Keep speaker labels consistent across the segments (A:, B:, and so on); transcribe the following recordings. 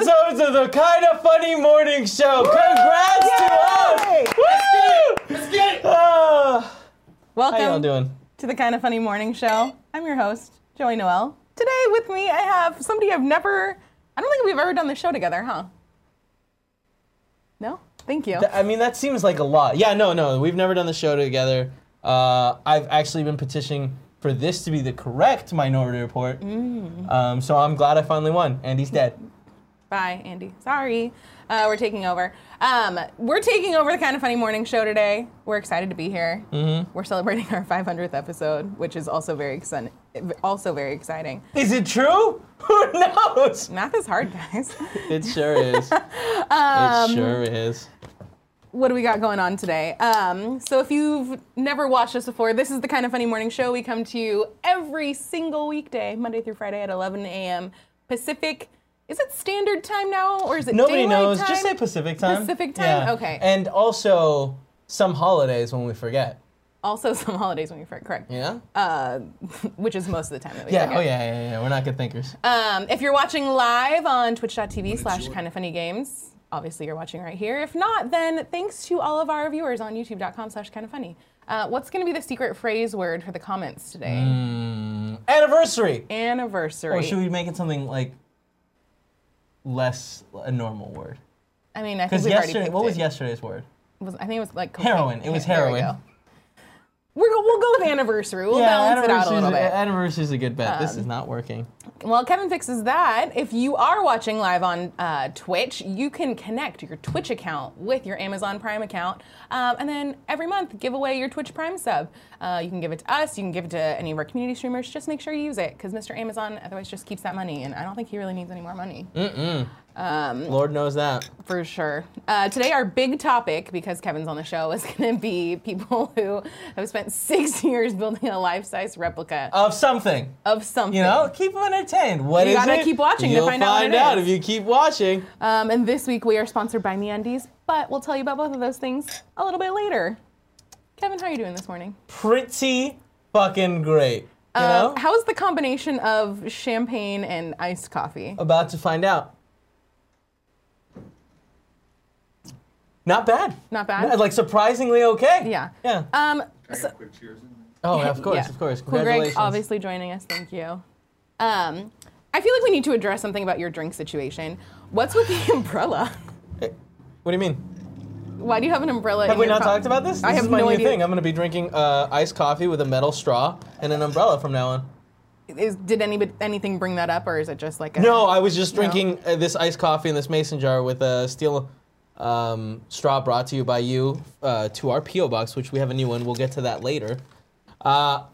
A: to Kinda Funny Morning Show. Congrats
B: Yay!
A: to us! Woo! Let's get it! Ah. how y'all
B: Welcome
A: doing?
B: to the Kind of Funny Morning Show. I'm your host, Joey Noel. Today with me, I have somebody I've never, I don't think we've ever done this show together, huh? No? Thank you.
A: Th- I mean, that seems like a lot. Yeah, no, no, we've never done the show together. Uh, I've actually been petitioning for this to be the correct Minority Report.
B: Mm.
A: Um, so I'm glad I finally won. Andy's dead.
B: Bye, Andy. Sorry. Uh, we're taking over. Um, we're taking over the Kind of Funny Morning Show today. We're excited to be here. Mm-hmm. We're celebrating our 500th episode, which is also very exciting. Also very exciting.
A: Is it true? Who knows?
B: Math is hard, guys.
A: It sure is.
B: Um,
A: it sure is.
B: what do we got going on today? Um, so if you've never watched us before, this is the kind of funny morning show. We come to you every single weekday, Monday through Friday at 11 a.m. Pacific. Is it standard time now, or is it
A: Nobody
B: daylight
A: knows.
B: Time?
A: Just say Pacific time.
B: Pacific time? Okay.
A: And also some holidays when we forget.
B: Also, some holidays when you forget, correct?
A: Yeah.
B: Uh, which is most of the time that we
A: yeah.
B: forget.
A: Oh yeah, yeah. Yeah. We're not good thinkers.
B: Um, if you're watching live on twitch.tv slash kind of funny games, obviously you're watching right here. If not, then thanks to all of our viewers on youtube.com slash kind of funny. Uh, what's going to be the secret phrase word for the comments today?
A: Anniversary.
B: Anniversary.
A: Or should Oh, we make it something like less a normal word?
B: I mean, I think
A: Because
B: we've already
A: yesterday,
B: picked
A: what was
B: it.
A: yesterday's word?
B: Was- I think it was like cocaine.
A: Heroin. It was
B: Yeah, there we
A: heroin.
B: go. We're go- we'll go with anniversary. We'll balance it out a little bit. Um,
A: Anniversary is a good bet. this is not working.
B: While Kevin fixes that, if you are watching live on uh, Twitch, you can connect your Twitch account with your Amazon Prime account, um, and then every month give away your Twitch Prime sub. Uh, you can give it to us. You can give it to any of our community streamers. Just make sure you use it, because Mr. Amazon otherwise just keeps that money, and I don't think he really needs any more money. mm.
A: Lord knows that.
B: For sure. Uh, today, our big topic, because Kevin's on the show, is going to be people who have spent six years building a life size replica
A: Of something.
B: of something.
A: You know, keep them entertained. What
B: You
A: is
B: gotta
A: it?
B: keep watching to
A: You'll
B: find out what it
A: out
B: is.
A: if you keep watching.
B: Um, and this week, we are sponsored by MeUndies, but we'll tell you about both of those things a little bit later. Kevin, how are you doing this morning?
A: Pretty fucking great. You know?
B: Uh, how is the combination of champagne and iced coffee?
A: About to find out. Not bad.
B: Not bad?
A: like surprisingly okay.
B: Yeah.
A: Yeah.
B: Um, so-
C: quick cheers in
A: oh, of course,
B: Yeah.
A: of course.
B: Cool Greg,
A: Congratulations.
B: obviously joining us. Thank you. Um, I feel like we need to address something about your drink situation. What's with the umbrella?
A: What do you mean?
B: Why do you have an umbrella?
A: Have we not talked about this? This
B: I have
A: is my
B: no
A: new
B: idea.
A: thing. I'm going to be drinking uh, iced coffee with a metal straw and an umbrella from now on.
B: Is, did anybody anything bring that up, or is it just like a
A: No, I was just drinking uh, this iced coffee in this mason jar with a steel um, straw brought to you by you uh, to our P.O. box, which we have a new one. We'll get to that later. Uh,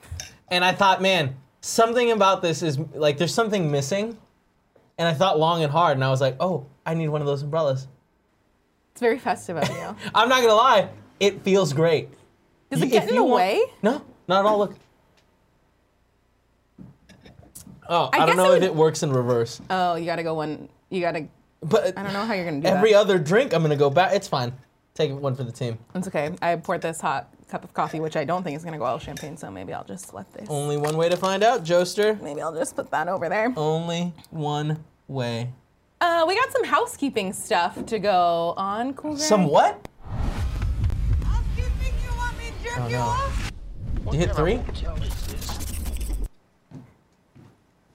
A: and I thought, man, something about this is like there's something missing. And I thought long and hard, and I was like, oh, I need one of those umbrellas.
B: It's very festive of you.
A: I'm not going to lie, it feels great.
B: Does
A: You-
B: it get
A: if
B: in
A: you
B: the
A: want-
B: way?
A: No, not at all. Look. Oh, I,
B: guess
A: don't know
B: it
A: if
B: would-
A: it works in reverse.
B: Oh, you gotta go one. You gotta.
A: But
B: I don't know how you're gonna do
A: every
B: that.
A: other drink, I'm gonna go back. It's fine. Take one for the team.
B: It's okay. I poured this hot cup of coffee, which I don't think is gonna go out with champagne. So maybe I'll just let this.
A: Only one way to find out, Joester.
B: Maybe I'll just put that over there.
A: Oh. Only one way.
B: Uh, we got some housekeeping stuff to go on. Cool. Greg?
A: Some what?
D: You think you want me to jerk
A: Oh,
D: you
A: no.
D: off?
A: You hit three?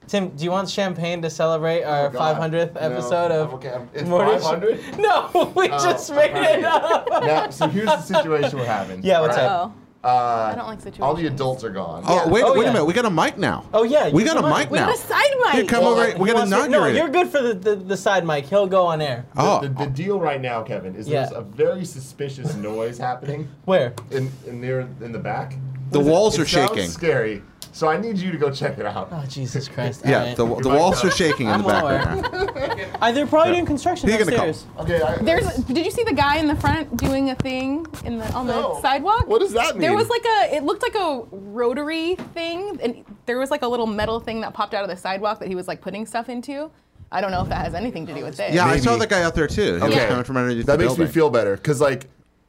A: Tim, do you want champagne to celebrate our
C: Oh, God.
A: 500th
C: No,
A: episode of
C: I'm okay, Oh, I'm- it's
A: Morning Show?
C: 500?
A: No, we just made it up.
C: now, so here's the situation we're having.
A: Yeah, what's
C: All
A: up?
B: Oh, I don't like situations.
C: All the adults are gone.
E: Oh, wait,
A: Oh,
E: wait
A: yeah.
E: a minute. We got a mic now.
A: Oh yeah,
E: We
A: use
E: got
A: the
E: a mic
B: We got
E: now.
B: a side mic.
E: Here, come over. here. We
A: He
E: got
A: wants to-
E: inaugurated.
A: No, you're good for the, the, the side mic. He'll go on air.
E: Oh,
C: The, the deal right now, Kevin, is
A: Yeah.
C: there's a very suspicious noise happening
A: Where?
C: in in there in the back.
E: the walls are
C: It sounds
E: shaking.
C: Scary. So I need you to go check it out.
A: Oh Jesus Christ!
E: Yeah,
A: Alright.
E: the, the
C: mic
E: walls
C: up.
E: are shaking in
A: I'm
E: the background.
A: aware. Uh, they're probably doing construction
E: He gonna come.
A: downstairs.
C: Okay. I,
B: There's. Did you see the guy in the front doing a thing in the on the
C: No.
B: sidewalk?
C: What does that
B: There
C: mean?
B: was like a. It looked like a rotary thing, and there was like a little metal thing that popped out of the sidewalk that he was like putting stuff into. I don't know if that has anything to do with this.
E: Yeah, I saw
C: Maybe.
E: that guy out there too. He was
C: Okay.
E: coming from underneath
C: that
E: the
C: makes
E: building.
C: me feel better because like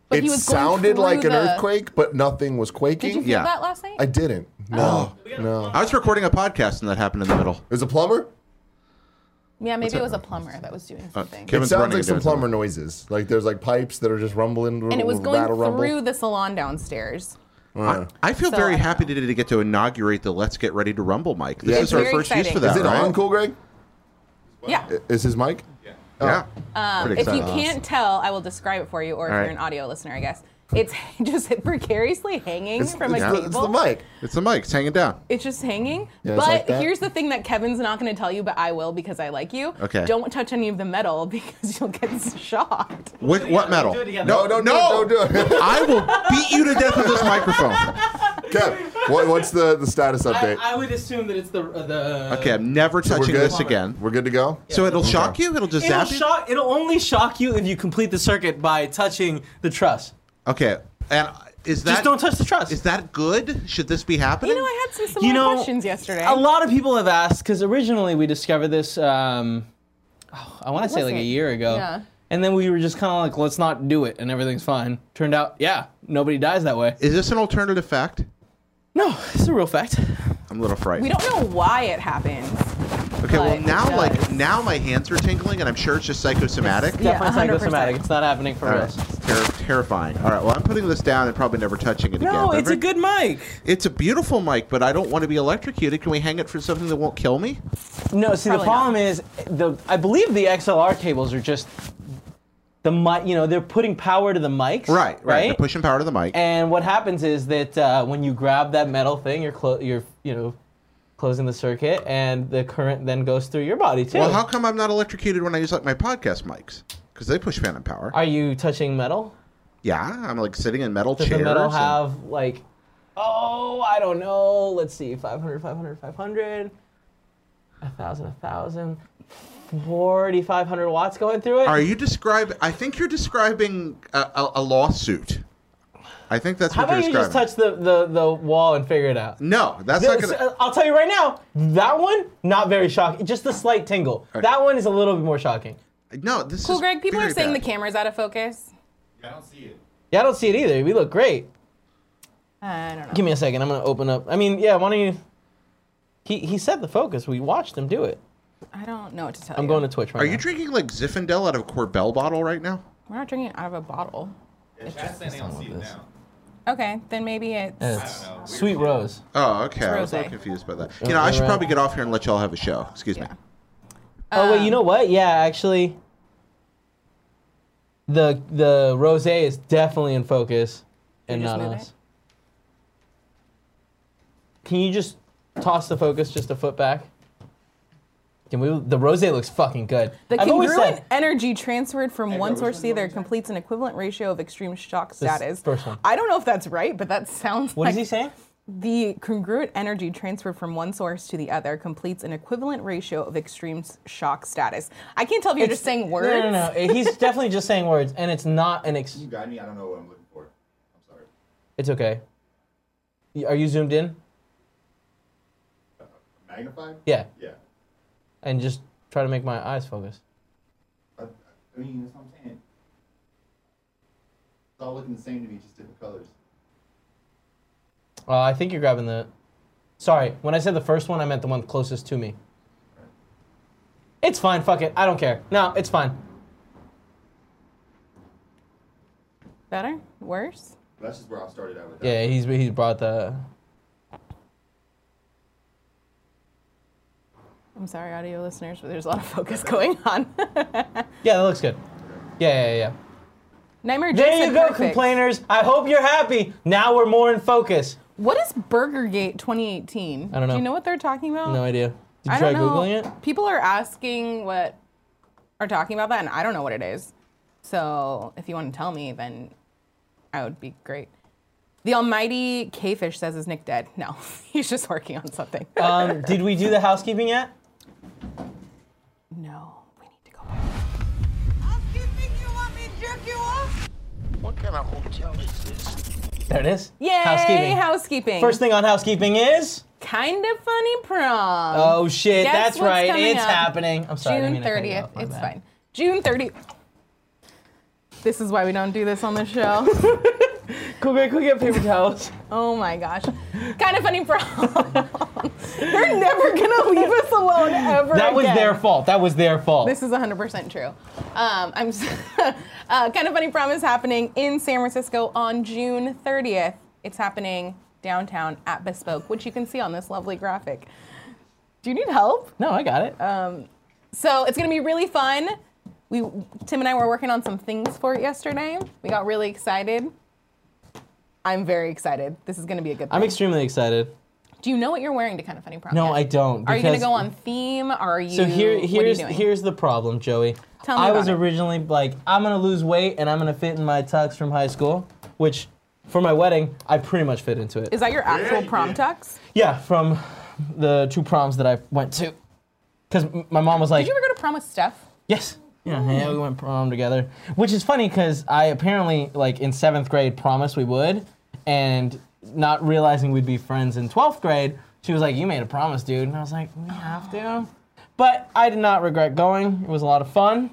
B: But
C: it
B: he was going
C: sounded
B: through
C: like an
B: the-
C: earthquake, but nothing was quaking.
B: Did you feel
E: Yeah. Oh.
B: that last night?
C: I didn't. No. No.
E: I was recording a podcast and that happened in the middle.
C: There's a plumber.
B: Yeah, maybe it was a plumber that was
C: Uh,
B: doing something.
C: it
E: Kevin- Kevin's
C: sounds
E: running
C: like
E: into
C: some
E: it.
C: plumber noises. Like there's like pipes that are just rumbling.
B: and it was going
C: rattle,
B: through
C: rumble.
B: the salon downstairs.
E: I, I feel
B: So,
E: very
B: I don't
E: happy
B: know.
E: today to get to inaugurate the Let's Get Ready to Rumble mic. This
C: Yeah.
E: is
C: It's
E: our
B: very
E: first use
B: exciting.
E: for that.
C: Is it
E: right?
C: on, Cool Greg?
B: Yeah. um,
C: Is his mic?
E: Yeah. Pretty
B: If you
E: exciting.
B: can't tell, I will describe it for you, or if
E: All
B: you're
E: right.
B: an audio listener, I guess. It's just precariously hanging
C: It's,
B: from
C: it's
B: a
C: the,
B: cable.
C: it's the mic.
E: It's the mic. It's hanging down.
B: It's just hanging.
C: Yeah, it's
B: but
C: like that.
B: here's the thing that Kevin's not going to tell you, but I will because I like you.
E: Okay.
B: Don't touch any of the metal because you'll get shocked.
E: What, what metal?
A: Do it again.
E: No, no,
C: don't
E: no.
C: do it, don't do it.
E: I will beat you to death with this microphone.
C: Kev, what, what's the, the status
A: I,
C: update?
A: I would assume that it's the uh, the.
E: Okay, I'm never touching
C: good?
E: this again.
C: We're good to go.
E: So it'll shock you? It'll just
A: It'll
E: zap you?
A: shock. It'll only shock you if you complete the circuit by touching the truss.
E: Okay. And is that
A: Just don't touch the truss.
E: Is that good? Should this be happening?
B: You know, I had some similar
A: You know,
B: questions yesterday.
A: A lot of people have asked because originally we discovered this. Um, oh, I want to say like a
B: wasn't-
A: year ago.
B: yeah.
A: And then we were just kind of like, let's not do it, and everything's fine. Turned out, yeah, nobody dies that way.
E: Is this an alternative fact?
A: No, it's a real fact.
E: I'm a little frightened.
B: We don't know why it happens.
E: okay, well
B: but it
E: now like
B: does.
E: now my hands are tingling and I'm sure it's just psychosomatic.
B: Yeah,
A: Definitely
B: 100%.
A: psychosomatic. It's not happening for
E: All right.
A: us.
E: It's ter- terrifying. All right. Well, I'm putting this down and probably never touching it again.
A: No,
E: but
A: it's a
E: very-
A: good mic.
E: It's a beautiful mic, but I don't want to be electrocuted. Can we hang it for something that won't kill me?
A: No, see the
B: Probably
A: problem is the I believe the XLR cables are just the mic. You know, they're putting power to the mics.
E: Right. Right.
A: Right.
E: They're pushing power to the mic.
A: And what happens is that uh, when you grab that metal thing, you're clo- you're you know closing the circuit, and the current then goes through your body too.
E: well, how come I'm not electrocuted when I use like my podcast mics? Because they push phantom power.
A: Are you touching metal?
E: yeah, I'm like sitting in metal
A: Does
E: chairs.
A: the metal
E: and-
A: have like? Oh, I don't know. Let's see. 500, 500, 500. 1,000, 1,000. 4,500 watts going through it.
E: Are you describing? I think you're describing a, a, a lawsuit. I think that's
A: How
E: what
A: about you
E: you're
A: just
E: describing.
A: touch the, the, the wall and figure it out?
E: no, that's
A: The-
E: not gonna.
A: uh, I'll tell you right now, that one, not very shocking. Just a slight tingle. That one is a little bit more shocking.
E: no, this is
B: uh, Cool, Greg. People are
E: very
B: saying
E: bad.
B: the camera's out of focus.
F: I don't see it.
A: Yeah, I don't see it either. We look great.
B: I don't know.
A: Give me a second. I'm going to open up. I mean, yeah, why don't you. He, he set the focus. We watched him do it.
B: I don't know what to tell you.
A: I'm going to Twitch right
E: Are
A: now.
E: you drinking like Zinfandel out of a Corbel bottle right now?
B: We're not drinking it out of a bottle.
F: Yeah, chat's saying they don't see it now.
B: Okay, then maybe it's.
A: It's
F: I don't know. Weird
A: Sweet
F: shit.
A: Rose.
E: Oh, okay. I was a
B: rosé.
E: little confused by that. You know, I should
A: right.
E: probably get off here and let y'all have a show. Excuse me.
B: Yeah.
A: oh,
B: Um,
A: wait, you know what? Yeah, actually. The the rose is definitely in focus and
B: you just
A: not on
B: move
A: us. Can you just toss the focus just a foot back? Can we? The rose looks fucking good.
B: The
A: I've always
B: congruent
A: said-
B: energy transferred from one source
F: which
B: to
F: one
B: the
F: do you
B: other completes an equivalent ratio of extreme shock status.
A: first one.
B: I don't know if that's right, but that sounds
A: What
B: like
A: is he saying?
B: the congruent energy transferred from one source to the other completes an equivalent ratio of extreme s- shock status. I can't tell if you're just saying words.
A: No, no, no. He's definitely just saying words, and it's not an. Ex-
F: You got me. I don't know what I'm looking for. I'm sorry.
A: it's okay. Y- Are you zoomed in?
F: Magnified?
A: Yeah.
F: Yeah.
A: And just try to make my eyes focus.
F: I, I mean, that's what I'm saying. It's all looking the same to me, just different colors.
A: Uh, I think you're grabbing the. Sorry, when I said the first one, I meant the one closest to me. It's fine. Fuck it. I don't care. No, it's fine.
B: Better? Worse?
F: But that's just where I started out with that.
A: Yeah, he's he's brought the.
B: I'm sorry, audio listeners, but there's a lot of focus going on.
A: Yeah, that looks good. Yeah, yeah, yeah.
B: Nightmare
A: There
B: Jason
A: you go,
B: perfect.
A: complainers. I hope you're happy. Now we're more in focus.
B: What is BurgerGate 2018?
A: I don't
B: Do
A: know.
B: you know what they're talking about?
A: No idea. Did you
B: I
A: try
B: don't know.
A: googling it?
B: People are asking what are talking about that, and I don't know what it is. So if you want to tell me, then I would be great. The almighty K-Fish says is Nick dead? No, he's just working on something.
A: Um, did we do the housekeeping yet?
B: no, we need to go back.
D: Housekeeping, you want me to jerk you off?
G: What kind of hotel is this?
A: There it is.
B: Yay,
A: Housekeeping.
B: housekeeping.
A: First thing on housekeeping is.
B: kind of funny prom.
A: Oh shit!
B: Guess
A: that's
B: what's
A: right.
B: coming
A: It's
B: up?
A: happening. I'm sorry. I didn't
B: June
A: mean to cut you
B: thirtieth.
A: off, my
B: It's
A: bad.
B: fine. June thirtieth. This is why we don't do this on the show.
A: Cool, great. Cool, get paper towels.
B: Oh my gosh. Kind of funny prom They're never gonna leave us alone ever.
A: That was
B: again.
A: their fault. That was their fault.
B: This is 100% true. Um, I'm s- uh, kind of funny prom is happening in San Francisco on June 30th. It's happening downtown at Bespoke, which you can see on this lovely graphic. Do you need help?
A: no, I got it.
B: Uh, So it's gonna be really fun. We Tim and I were working on some things for it yesterday. We got really excited. I'm very excited. This is gonna be a good.
A: I'm
B: thing.
A: extremely excited.
B: Do you know what you're wearing to kind of funny prom?
A: No,
B: yet?
A: I don't.
B: Are you gonna
A: because-
B: go on theme? Are you?
A: So here,
B: what are you
A: here's
B: doing?
A: here's the problem, Joey.
B: Tell me
A: I was
B: about it.
A: originally like, I'm gonna lose weight and I'm gonna fit in my tux from high school, which for my wedding, I pretty much fit into it.
B: Is that your actual
E: you
B: prom
E: did.
B: tux?
A: yeah, from the two proms that I went to, because my mom was like,
B: Did you ever go to prom with Steph?
A: Yes. Yeah, yeah, we went prom together, which is funny because I apparently like in seventh grade promised we would, and not realizing we'd be friends in twelfth grade, she was like, "You made a promise, dude," and I was like, "We have to," but I did not regret going. It was a lot of fun.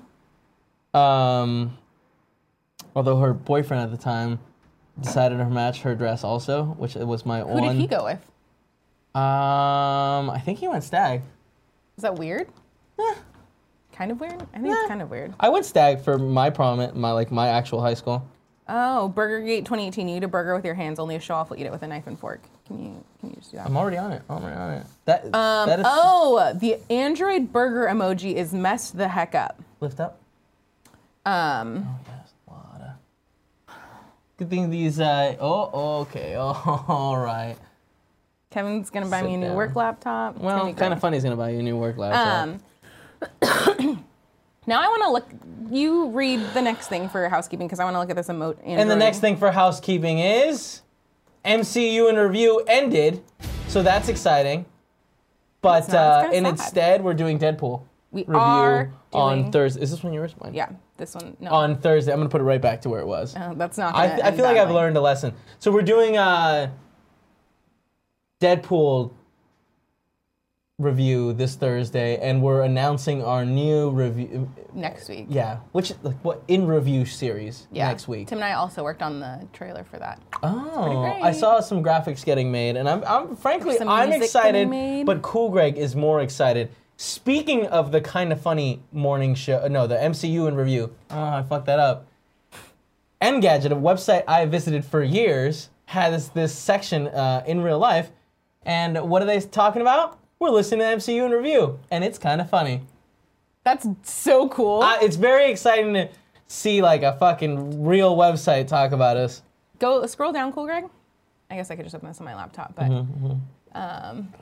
A: Um, although her boyfriend at the time decided to match her dress also, which was my
B: Who
A: one.
B: did he go with?
A: Um, I think he went stag.
B: Is that weird?
A: Eh.
B: Kind of weird. I think it's kind of weird.
A: I went stag for my prom at my like my actual high school.
B: Oh, Burgergate 2018. You eat a burger with your hands. Only a show off will eat it with a knife and fork. Can you can you just do that?
A: I'm already on it. I'm already on it. That, that is
B: Oh, the Android burger emoji is messed the heck up.
A: lift up.
B: Um,
A: Oh, yes, a lot of- Good thing these. Uh, oh, okay. Oh, all right.
B: Kevin's gonna buy
A: Sit
B: me a new
A: down.
B: work laptop. It's gonna
A: Well,
B: be
A: kind
B: great.
A: of funny. He's gonna buy you a new work laptop.
B: Um, now I want to look. You read the next thing for housekeeping because I want to look at this emoji.
A: and the next thing for housekeeping is MCU in review ended, so that's exciting. But
B: It's not- it's
A: uh,
B: kinda
A: and
B: sad.
A: instead, we're doing Deadpool
B: We
A: review
B: are doing-
A: on Thursday. Is this when yours? Mine.
B: Yeah, this one. No,
A: On Thursday, I'm gonna put it right back to where it was.
B: no, that's not.
A: I,
B: gonna
A: I
B: end
A: feel like I've
B: badly.
A: learned a lesson. So we're doing uh Deadpool review this Thursday, and we're announcing our new review.
B: next week.
A: Yeah, which like what in review series
B: Yeah.
A: next week.
B: Tim and I also worked on the trailer for that.
A: oh,
B: pretty
A: I saw some graphics getting made, and I'm, I'm frankly
B: Some
A: I'm
B: music getting
A: excited,
B: made.
A: but Cool Greg is more excited. Speaking of the kind of funny morning show, uh, no, the MCU in review. Oh, I fucked that up. Engadget, a website I visited for years, has this section uh, in real life. And what are they talking about? We're listening to MCU in review, and it's kind of funny.
B: That's so cool.
A: Uh, it's very exciting to see like a fucking real website talk about us.
B: Go scroll down, cool, Greg. I guess I could just open this on my laptop, but
A: Mm-hmm,
B: um,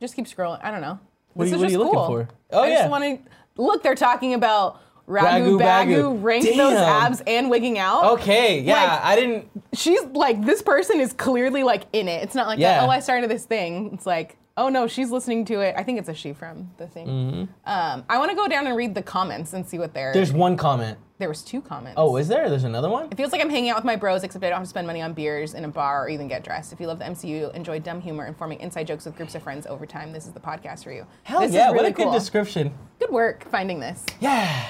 B: just keep scrolling. I don't know.
A: What
B: this
A: are
B: is
A: you- what are
B: just
A: you looking
B: cool.
A: for? Oh,
B: I
A: yeah.
B: just want to look. They're talking about ragu,
A: Ragu bagu.
B: bagu, rank those
A: Damn.
B: abs and wigging out.
A: Okay, yeah,
B: Like-
A: I didn't.
B: she's like this person is clearly like in it. It's not like
A: Yeah.
B: oh I started this thing. It's like oh no she's listening to it. I think it's a she from the thing. Um, I want to go down and read the comments and see what they're.
A: Mm-hmm. There's one comment.
B: there was two comments.
A: Oh, is there? There's another one?
B: It feels like I'm hanging out with my bros, except I don't have to spend money on beers in a bar or even get dressed. If you love the MCU, enjoy dumb humor and forming inside jokes with groups of friends over time, this is the podcast for you.
A: Hell
B: this
A: yeah,
B: is really
A: what a
B: cool.
A: good description.
B: Good work finding this.
A: Yeah.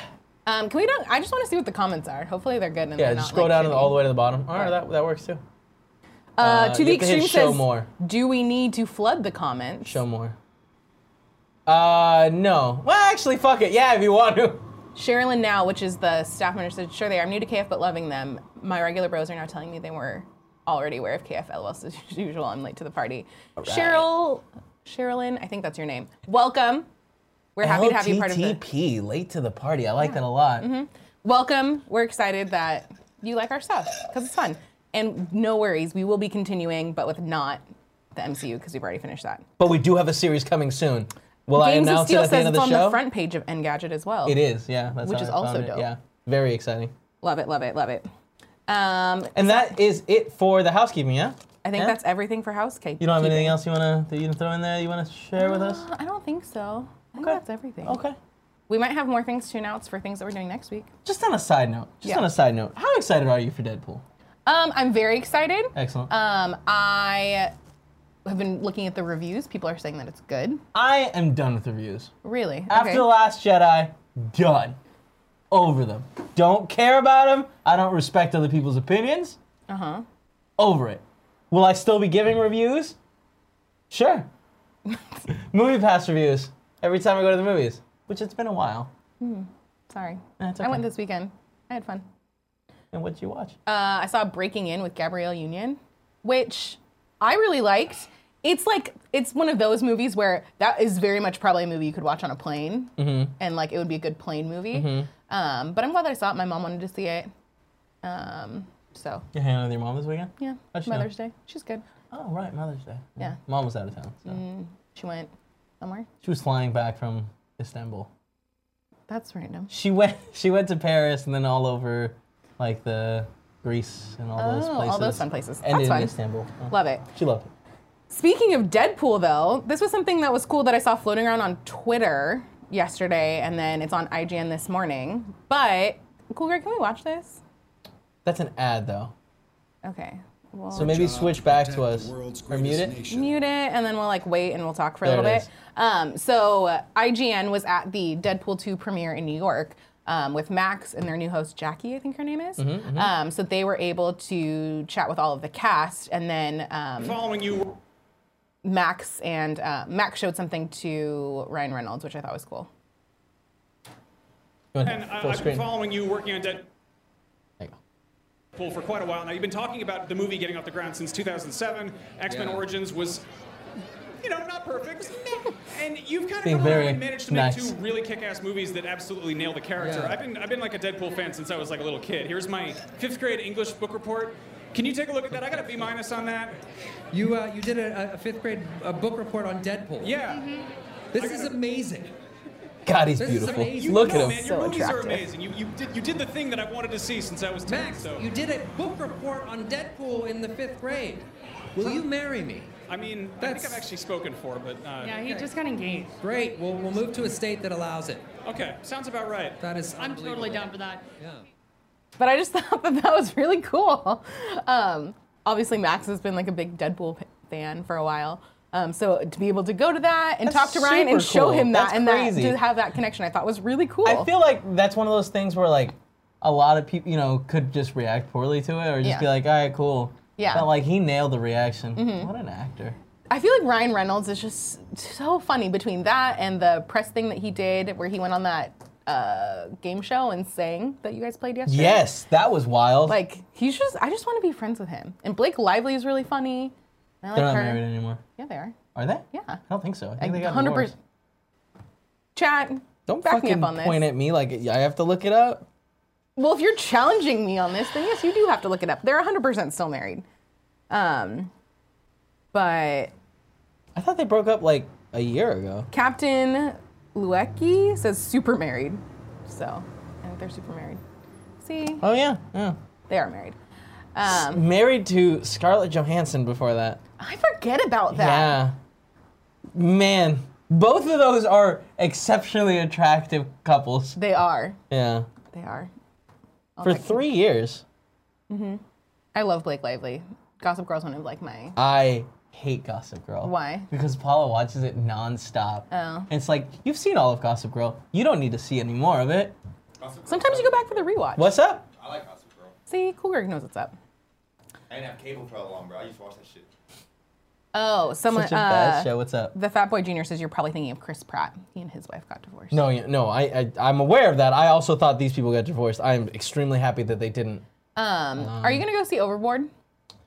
B: Um, can we? Don't, I just want to see what the comments are. Hopefully they're good and
A: Yeah,
B: they're not.
A: just scroll
B: like,
A: down
B: shitty.
A: all the way to the bottom. All right, that, that works too.
B: Uh, to
A: you
B: the
A: have to hit
B: extreme
A: show
B: says,
A: more.
B: do we need to flood the comments?
A: Show more. Uh, no. Well, actually, fuck it. Yeah, if you want to.
B: Sherilyn now, which is the staff member, said, "Sure, they are. I'm new to KF, but loving them. My regular bros are now telling me they were already aware of KF. LOL, as usual, I'm late to the party." Cheryl, Sherilyn, I think that's your name. Welcome. We're happy to have you part of the. Mm-hmm.
A: LTTP, late to the party. I like that a lot.
B: Welcome. We're excited that you like our stuff because it's fun. And no worries, we will be continuing, but with not the MCU because we've already finished that.
A: But we do have a series coming soon. Will I
B: Games of
A: announce it
B: Steel
A: at the
B: says
A: end of
B: it's
A: the
B: on
A: show?
B: the front page of Engadget as well.
A: It is, yeah. That's
B: Which
A: how
B: is
A: I
B: also
A: found it,
B: dope.
A: Yeah, very exciting.
B: Love it, love it, love it. Um,
A: And that is it for the housekeeping, yeah?
B: I think
A: Yeah?
B: that's everything for housekeeping.
A: You don't have anything else you wanna that you can throw in there? You wanna share with us?
B: Uh, I don't think so. I think
A: Okay.
B: that's everything.
A: Okay.
B: We might have more things to announce for things that we're doing next week.
A: Just on a side note. Just
B: Yeah.
A: on a side note. How excited are you for Deadpool?
B: Um, I'm very excited.
A: Excellent.
B: Um, I have been looking at the reviews. People are saying that it's good.
A: I am done with reviews.
B: Really?
A: After
B: okay.
A: the Last Jedi, done. Over them. Don't care about them. I don't respect other people's
B: Uh-huh.
A: opinions. Uh huh. Over it. Will I still be giving reviews? Sure. Movie pass reviews. Every time I go to the movies, which it's been a while.
B: Sorry.
A: That's
B: I
A: okay.
B: went this weekend. I had fun.
A: And what'd you watch?
B: Uh, I saw Breaking In with Gabrielle Union, which I really liked. It's like it's one of those movies where that is very much probably a movie you could watch on a plane, and like it would be a good plane movie. Um, but I'm glad that I saw it. My mom wanted to see it, um, so
A: you hanging out with your mom this weekend?
B: yeah.
A: How'd she know?
B: Mother's Day, she's good.
A: Oh right, Mother's Day.
B: Yeah. Mm.
A: Mom was out of town. So.
B: She went somewhere.
A: She was flying back from Istanbul.
B: That's random.
A: She went. She went to Paris and then all over, like the Greece and all those
B: Oh, all
A: places.
B: those fun places.
A: And
B: That's
A: in
B: fun.
A: Istanbul. Yeah.
B: Love it.
A: She loved it.
B: Speaking of Deadpool, though, this was something that was cool that I saw floating around on Twitter yesterday, and then it's on IGN this morning. But, Cool Greg, can we watch this?
A: That's an ad though.
B: Okay. Well,
A: So maybe switch back to us
H: World's
A: or mute
H: greatest
A: it.
H: nation.
B: mute it, and then we'll like wait and we'll talk for a
A: There
B: little
A: it
B: bit.
A: is.
B: Um, so, uh, IGN was at the Deadpool 2 premiere in New York. Um, with Max and their new host Jackie, I think her name is.
A: Mm-hmm,
B: Um, so they were able to chat with all of the cast, and then um,
H: Following you.
B: Max and uh, Max showed something to Ryan Reynolds, which I thought was cool.
A: Go
H: And
A: ahead,
H: I,
A: full
H: I've been
A: screen.
H: following you working on Deadpool
A: There you go.
H: for quite a while now. You've been talking about the movie getting off the ground since 2007. X Men
E: Yeah.
H: Origins was, you know, not perfect. meh. and you've kind of
A: Being
H: come along
A: very
H: and managed to
A: nice.
H: make two really kick-ass movies that absolutely nail the character.
E: Yeah.
H: I've been I've been like a Deadpool fan since I was like a little kid. Here's my fifth grade English book report. Can you take a look at that? I got a B minus on that.
I: You uh, you did a, a fifth grade uh book report on Deadpool.
H: Yeah.
I: This is amazing.
A: God, he's
I: This is
A: beautiful.
I: amazing.
A: Look at
H: No,
A: him.
H: man, your
B: So
H: movies
B: attractive.
H: are amazing. You, you did you did the thing that I wanted to see since I was 10.
I: Max,
H: so
I: you did a book report on Deadpool in the fifth grade. Will you marry me?
H: I mean, I
I: That's-
H: think I've actually spoken for, but uh,
J: Yeah, he just got engaged.
I: Great. We'll, we'll move to a state that allows it.
H: okay, sounds about right.
I: That is
J: I'm totally
I: unbelievable.
J: down for that.
I: Yeah.
B: But I just thought that that was really cool. Um, obviously, Max has been like a big Deadpool p- fan for a while. Um, so to be able to go to that and
A: That's
B: talk to Ryan and
A: super
B: show
A: cool.
B: him that
A: That's
B: and
A: crazy.
B: that to have that connection, I thought was really cool.
A: I feel like that's one of those things where like a lot of people, you know, could just react poorly to it or just
B: Yeah.
A: be like, all right, cool.
B: Yeah. Mm-hmm.
A: But like he nailed the reaction. What an actor.
B: I feel like Ryan Reynolds is just so funny between that and the press thing that he did, where he went on that uh, game show and sang that you guys played yesterday.
A: Yes, that was wild.
B: Like he's just, I just want to be friends with him. And Blake Lively is really funny. I like
A: they're not
B: her.
A: married anymore.
B: Yeah, they are.
A: Are they?
B: Yeah.
A: I don't think so. I think they got
B: 100
A: divorced.
B: percent. Chat.
A: Don't
B: back me
A: fucking
B: up on this.
A: point at me like I have to look it up.
B: Well, if you're challenging me on this, then yes, you do have to look it up. They're 100% still married. Um, but
A: I thought they broke up like a year ago.
B: Captain Luecki says super married. So, I think they're super married. See,
A: Oh yeah, yeah.
B: they are married. Um,
A: Married to Scarlett Johansson before that.
B: I forget about that.
A: Yeah. Man, both of those are exceptionally attractive couples.
B: They are.
A: Yeah.
B: They are.
A: For three years,
B: I love Blake Lively. Gossip Girl's one of like my.
A: I hate Gossip Girl.
B: Why?
A: Because Paula watches it nonstop. Oh. And it's like you've seen all of Gossip Girl. You don't need to see any more of it.
B: Sometimes you go back for the rewatch.
A: What's up?
F: I like Gossip Girl.
B: See, Cool Girl knows what's up.
F: I didn't have cable for how long, bro. I used to watch that shit.
B: Oh, someone.
A: Such a
B: uh,
A: bad show. What's up?
B: The Fat Boy Junior says you're probably thinking of Chris Pratt. He and his wife got divorced.
A: No, yeah, no, I, I, I'm aware of that. I also thought these people got divorced. I am extremely happy that they didn't.
B: Um, are you gonna go see Overboard?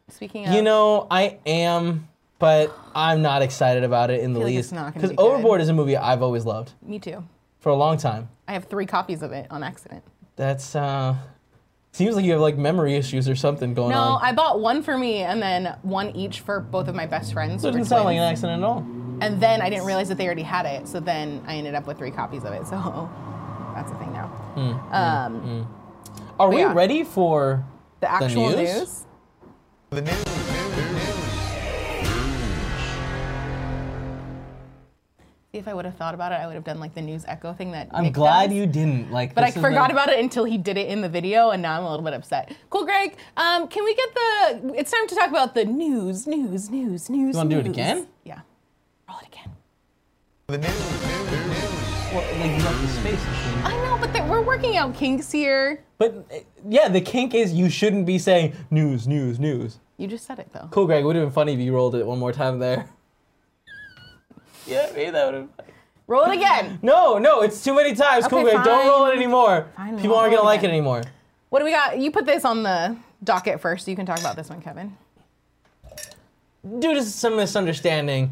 B: Speaking of,
A: You know, I am, but I'm not excited about it in the
B: feel like it's
A: least.
B: not gonna be good.
A: Overboard is a movie I've always loved
B: me too.
A: for a long time.
B: I have three copies of it on accident.
A: That's uh, seems like you have like memory issues or something going
B: No,
A: on.
B: I bought one for me and then one each for both of my best friends. who
A: doesn't
B: were
A: sound like
B: twins.
A: an accident at all.
B: And then I didn't realize that they already had it, so then I ended up with three copies of it. So that's a thing now. um,
A: Are we
B: yeah.
A: ready for
B: The actual
A: news?
B: news. See if I would have thought about it, I would have done like the news echo thing that.
A: I'm
B: Nick
A: glad
B: does.
A: you didn't. Like,
B: But I
A: this is
B: forgot
A: the-
B: about it until he did it in the video, and now I'm a little bit upset. Cool, Greg. Um, can we get the? It's time to talk about the news, news, news, news. You
A: wanna do it again?
B: Yeah. Roll it again.
A: Well, like, you left the space between.
B: I know, but that we're working out kinks here.
A: But uh, yeah, the kink is you shouldn't be saying news, news, news.
B: You just said it though.
A: Cool, Greg. Would have been funny if you rolled it one more time there. Yeah, maybe that would have.
B: Roll it again.
A: No, no, it's too many times.
B: Okay,
A: cool, babe. Don't roll it
B: fine.
A: anymore.
B: Fine,
A: People
B: we'll
A: aren't
B: roll
A: gonna
B: it
A: like it
B: again.
A: anymore.
B: What do we got? You put this on the docket first, so you can talk about this one, Kevin.
A: Due to some misunderstanding,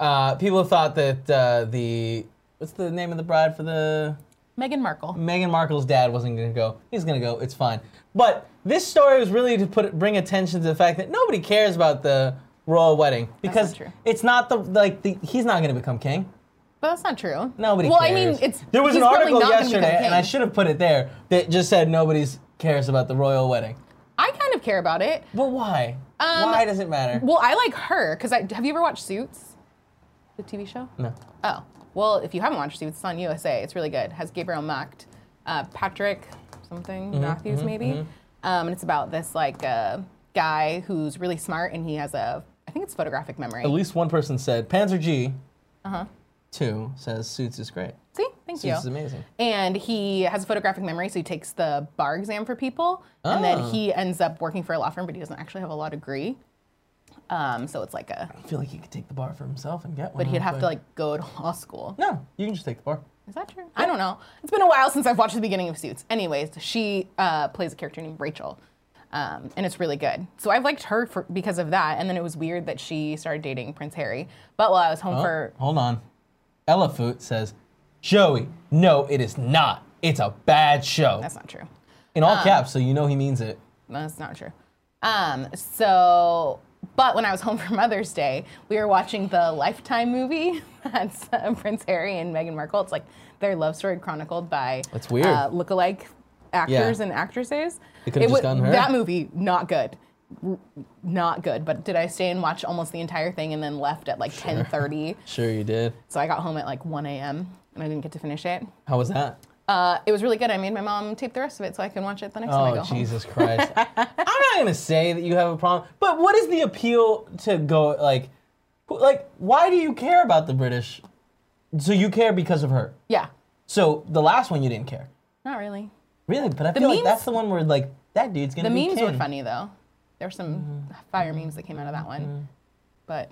A: uh, people thought that uh, the what's the name of the bride for the
B: Meghan Markle.
A: Meghan Markle's dad wasn't gonna go. He's gonna go. It's fine. But this story was really to put bring attention to the fact that nobody cares about the royal wedding because
B: true.
A: it's not the like the, he's not gonna become king.
B: But that's not true.
A: Nobody.
B: Well,
A: cares.
B: I mean, it's
A: there was
B: he's
A: an
B: probably
A: article
B: not gonna become
A: yesterday, and I
B: king.
A: should have put it there that just said nobody's cares about the royal wedding.
B: I kind of care about it.
A: But why?
B: Um,
A: why does it matter?
B: Well, I like her because I have you ever watched Suits, the TV show?
A: no.
B: Oh, well, if you haven't watched Suits, it's on USA. It's really good. It has Gabriel Macht, uh, Patrick something Matthews maybe, um, and it's about this like uh, guy who's really smart and he has a I think it's photographic memory.
A: At least one person said Panzer G. Uh
B: Uh-huh.
A: huh. Two says Suits is great.
B: See, thank you.
A: Suits is amazing.
B: And he has a photographic memory, so he takes the bar exam for people, and
A: Oh.
B: then he ends up working for a law firm, but he doesn't actually have a law degree. Um, so it's like a,
A: I feel like he could take the bar for himself and get one.
B: but he'd have to
A: hopefully.
B: like go to law school.
A: No, you can just take the bar.
B: Is that true? I don't know. It's been a while since I've watched the beginning of Suits. Anyways, she uh, plays a character named Rachel, um, and it's really good. So I've liked her for, because of that. And then it was weird that she started dating Prince Harry. But while I was home
A: Oh,
B: for
A: hold on. Ella Foot says, Joey, no, it is not. It's a bad show.
B: that's not true.
A: In all caps, so you know he means it.
B: That's not true. Um, so, but when I was home for Mother's Day, we were watching the Lifetime movie. That's uh, Prince Harry and Meghan Markle. It's like their love story chronicled by
A: That's weird.
B: Uh, lookalike actors and actresses.
A: They could've
B: It
A: just
B: wa-
A: done her.
B: That movie, not good. R- Not good. But did I stay and watch almost the entire thing and then left at like 10:30?
A: Sure, you did.
B: So I got home at like 1 a.m. and I didn't get to finish it.
A: How was that?
B: Uh, it was really good. I made my mom tape the rest of it so I can watch it the next time I go
A: Oh,
B: home.
A: Jesus Christ. I'm not going to say that you have a problem, but what is the appeal to go, like, who- like, why do you care about the British? So you care because of her.
B: Yeah,
A: So the last one you didn't care.
B: not really.
A: Really? But I feel like
B: memes-
A: that's the one where, like, that dude's going
B: The
A: to be
B: memes were
A: king.
B: funny though. There were
A: Mm-hmm.
B: some fire memes that came out of that one. But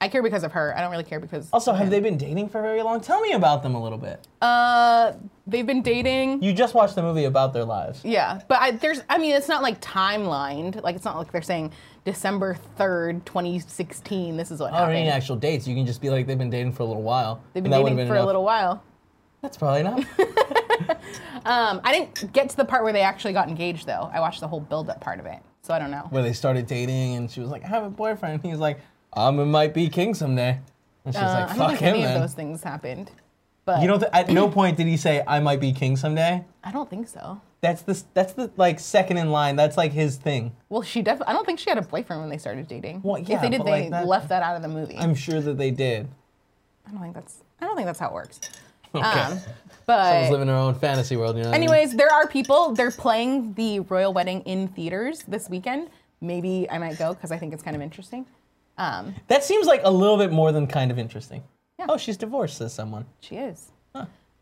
B: I care because of her. I don't really care because
A: Also, have they been dating for very long? Tell me about them a little bit.
B: uh they've been dating.
A: You just watched the movie about their lives.
B: Yeah, but I, there's I mean it's not like timelined. Like it's not like they're saying December 3rd, 2016 this is what
A: I don't need
B: happened.
A: any actual dates. You can just be like they've been dating for a little while.
B: They've
A: and
B: been
A: Oh, that would've
B: dating for a
A: enough.
B: little while.
A: That's probably not.
B: Um, I didn't get to the part where they actually got engaged though. I watched the whole build up part of it. So I don't know.
A: where they started dating, and she was like, "I have a boyfriend." He was like, "I'm a might be king someday," and she's
B: Uh,
A: like,
B: I don't
A: "Fuck
B: think
A: him
B: any
A: then."
B: of those things happened. But
A: You don't. Th- at no point did he say, "I might be king someday."
B: I don't think so.
A: That's the s- that's the like second in line. That's like his thing.
B: Well, she definitely. I don't think she had a boyfriend when they started dating.
A: Well, yeah,
B: if they did,
A: but,
B: they
A: like, that-
B: left that out of the movie.
A: I'm sure that they did.
B: I do not think that's. I don't think that's how it works. Um, but
A: Someone's living their own fantasy world. You know. what I mean?
B: anyways, there are people. They're playing the royal wedding in theaters this weekend. Maybe I might go because I think it's kind of interesting. Um,
A: that seems like a little bit more than kind of interesting.
B: Yeah.
A: Oh, she's divorced, says someone.
B: she is.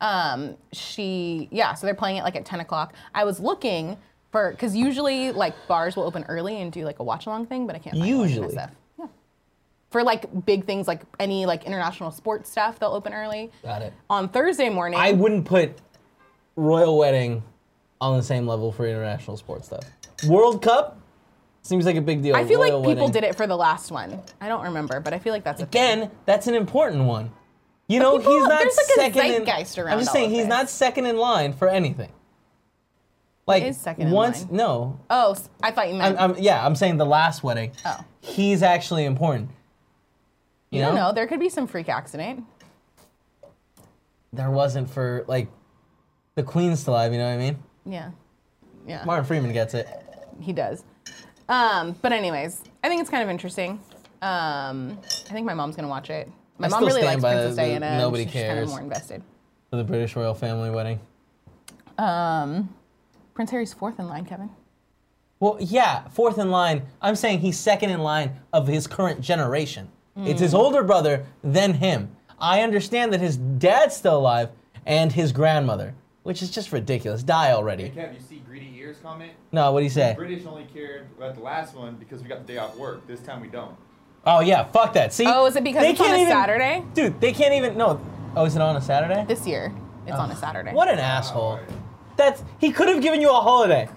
B: Um, she yeah. So they're playing it like at ten o'clock. I was looking for because usually like bars will open early and do like a watch along thing, but I can't. Find one for
A: Usually.
B: myself. Yeah. For like big things like any like international sports stuff, they'll open early.
A: Got it.
B: on Thursday morning.
A: I wouldn't put royal wedding on the same level for international sports stuff. World Cup seems like a big deal.
B: I feel like
A: Royal
B: people
A: wedding.
B: did it for the last one. I don't remember, but I feel like that's a thing.
A: again, that's an important one. You know,
B: people-
A: he's not
B: there's like a
A: second.
B: zeitgeist
A: in,
B: around
A: I'm just
B: all
A: saying
B: of
A: he's
B: this.
A: not second in line for anything. Like
B: is second in
A: once,
B: line.
A: no,
B: Oh, s- I thought you
A: I'm,
B: meant.
A: I'm, yeah, I'm saying the last wedding.
B: Oh.
A: He's actually important. You,
B: I
A: know?
B: don't know. There could be some freak accident.
A: there wasn't for like the queen's still alive. You know what I mean?
B: Yeah, yeah,
A: Martin Freeman gets it.
B: he does. Um, but anyways, I think it's kind of interesting. Um, I think my mom's gonna watch it. My
A: I
B: mom
A: still
B: really likes
A: stand by
B: Princess
A: the- the
B: Diana. and
A: nobody
B: she's Kind of
A: cares.
B: more invested.
A: for the British royal family wedding.
B: Prince Harry's fourth in line, Kevin.
A: Well, yeah, fourth in line. I'm saying he's second in line of his current generation. It's
B: Hmm.
A: his older brother, then him. I understand that his dad's still alive and his grandmother, which is just ridiculous. Die already.
F: Kev, you see Greedy Ears comment?
A: No, what do you say?
F: British only cared about the last one because we got the day off work. This time we don't.
A: Oh yeah, fuck that. See?
B: Oh, is it because
A: They
B: it's on
A: can't
B: a
A: even-
B: Saturday?
A: Dude, they can't even no. Oh, is it on a Saturday?
B: This year, it's on a Saturday.
A: What an asshole. That's he could have given you a holiday.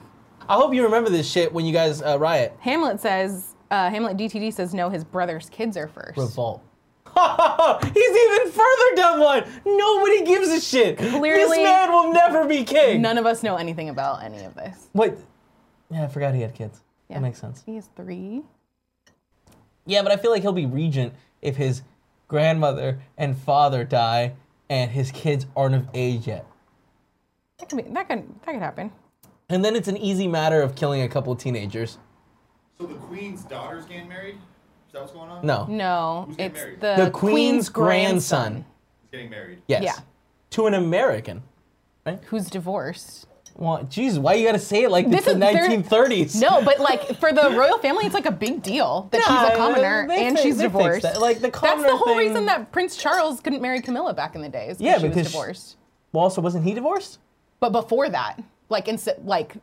A: I hope you remember this shit when you guys uh, riot.
B: Hamlet says, uh, Hamlet DTD says no, his brother's kids are first.
A: Revolt. He's even further dumb one. Nobody gives a shit. this
B: Clearly-
A: man will never be king.
B: None of us know anything about any of this.
A: Wait. Yeah, I forgot he had kids.
B: Yeah.
A: That makes sense.
B: He has three.
A: Yeah, but I feel like he'll be regent if his grandmother and father die and his kids aren't of age yet.
B: That could, be, that could, that could happen.
A: And then it's an easy matter of killing a couple teenagers.
F: So the queen's daughter's getting married? Is that what's going on?
A: No.
B: No,
F: Who's getting
B: it's
F: married?
B: the,
A: The queen's grandson.
F: He's getting married.
A: Yes.
B: uh, Yeah.
A: To an American.
B: who's divorced.
A: Well, Jesus, why you gotta say it like it's
B: This
A: the
B: is- they're-
A: 1930s?
B: No, but like for the royal family, it's like a big deal that she's
A: Nah,
B: a commoner
A: they
B: and
A: fi-
B: she's
A: they fixed
B: divorced.
A: that. Like, the
B: That's
A: commoner
B: the whole
A: thing-
B: reason that Prince Charles couldn't marry Camilla back in the days.
A: Yeah,
B: she
A: because
B: was
A: she-
B: divorced.
A: Well, also, wasn't he divorced?
B: But before that, like instead, like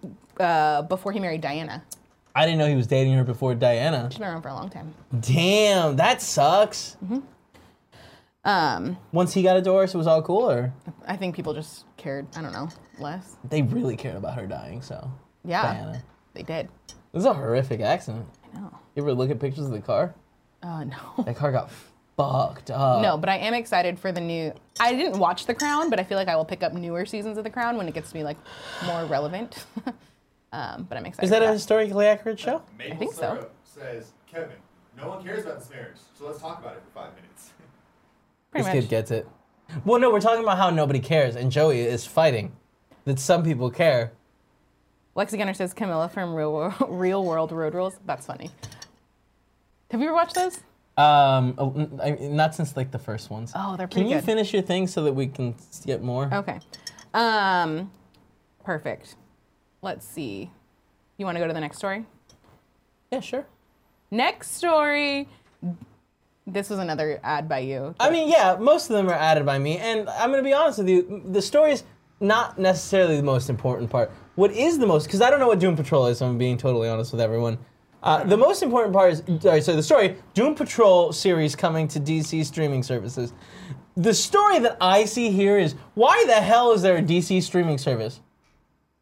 B: uh, before he married Diana,
A: I didn't know he was dating her before Diana.
B: she's been around for a long time.
A: Damn, that sucks.
B: Mm-hmm. Um,
A: Once he got a divorce, it was all cool, or
B: I think people just cared. I don't know less.
A: they really cared about her dying, so.
B: Yeah,
A: Diana.
B: they did.
A: This is a horrific accident.
B: No,
A: You ever look at pictures of the car?
B: uh, no,
A: That car got fucked up.
B: no. But I am excited for the new. I didn't watch The Crown, but I feel like I will pick up newer seasons of The Crown when it gets to be like more relevant. um, but I'm excited.
A: Is that
B: for
A: a historically accurate show?
F: Maple
B: think so.
F: syrup says, Kevin, no one cares about this marriage, so let's talk about it for five minutes.
B: Pretty
A: this
B: much.
A: kid gets it. Well, no, we're talking about how nobody cares, and Joey is fighting that some people care.
B: Lexi Gunner says Camilla from Real World, Real World Road Rules. That's funny. Have you ever watched those?
A: Um, oh, n- I- not since like the first ones.
B: Oh, they're
A: Can
B: pretty
A: you
B: good. Oh.
A: finish your thing so that we can s- get more?
B: Okay. Um, perfect. Let's see. You want to go to the next story?
A: Yeah, sure.
B: Next story. This was another ad by you.
A: I mean, yeah, most of them are added by me, and I'm gonna be honest with you. m- The story's not necessarily the most important part. What is the most? Because I don't know what Doom Patrol is. so I'm being totally honest with everyone. Uh, the most important part is sorry, so the story Doom Patrol series coming to DC streaming services. The story that I see here is why the hell is there a DC streaming service?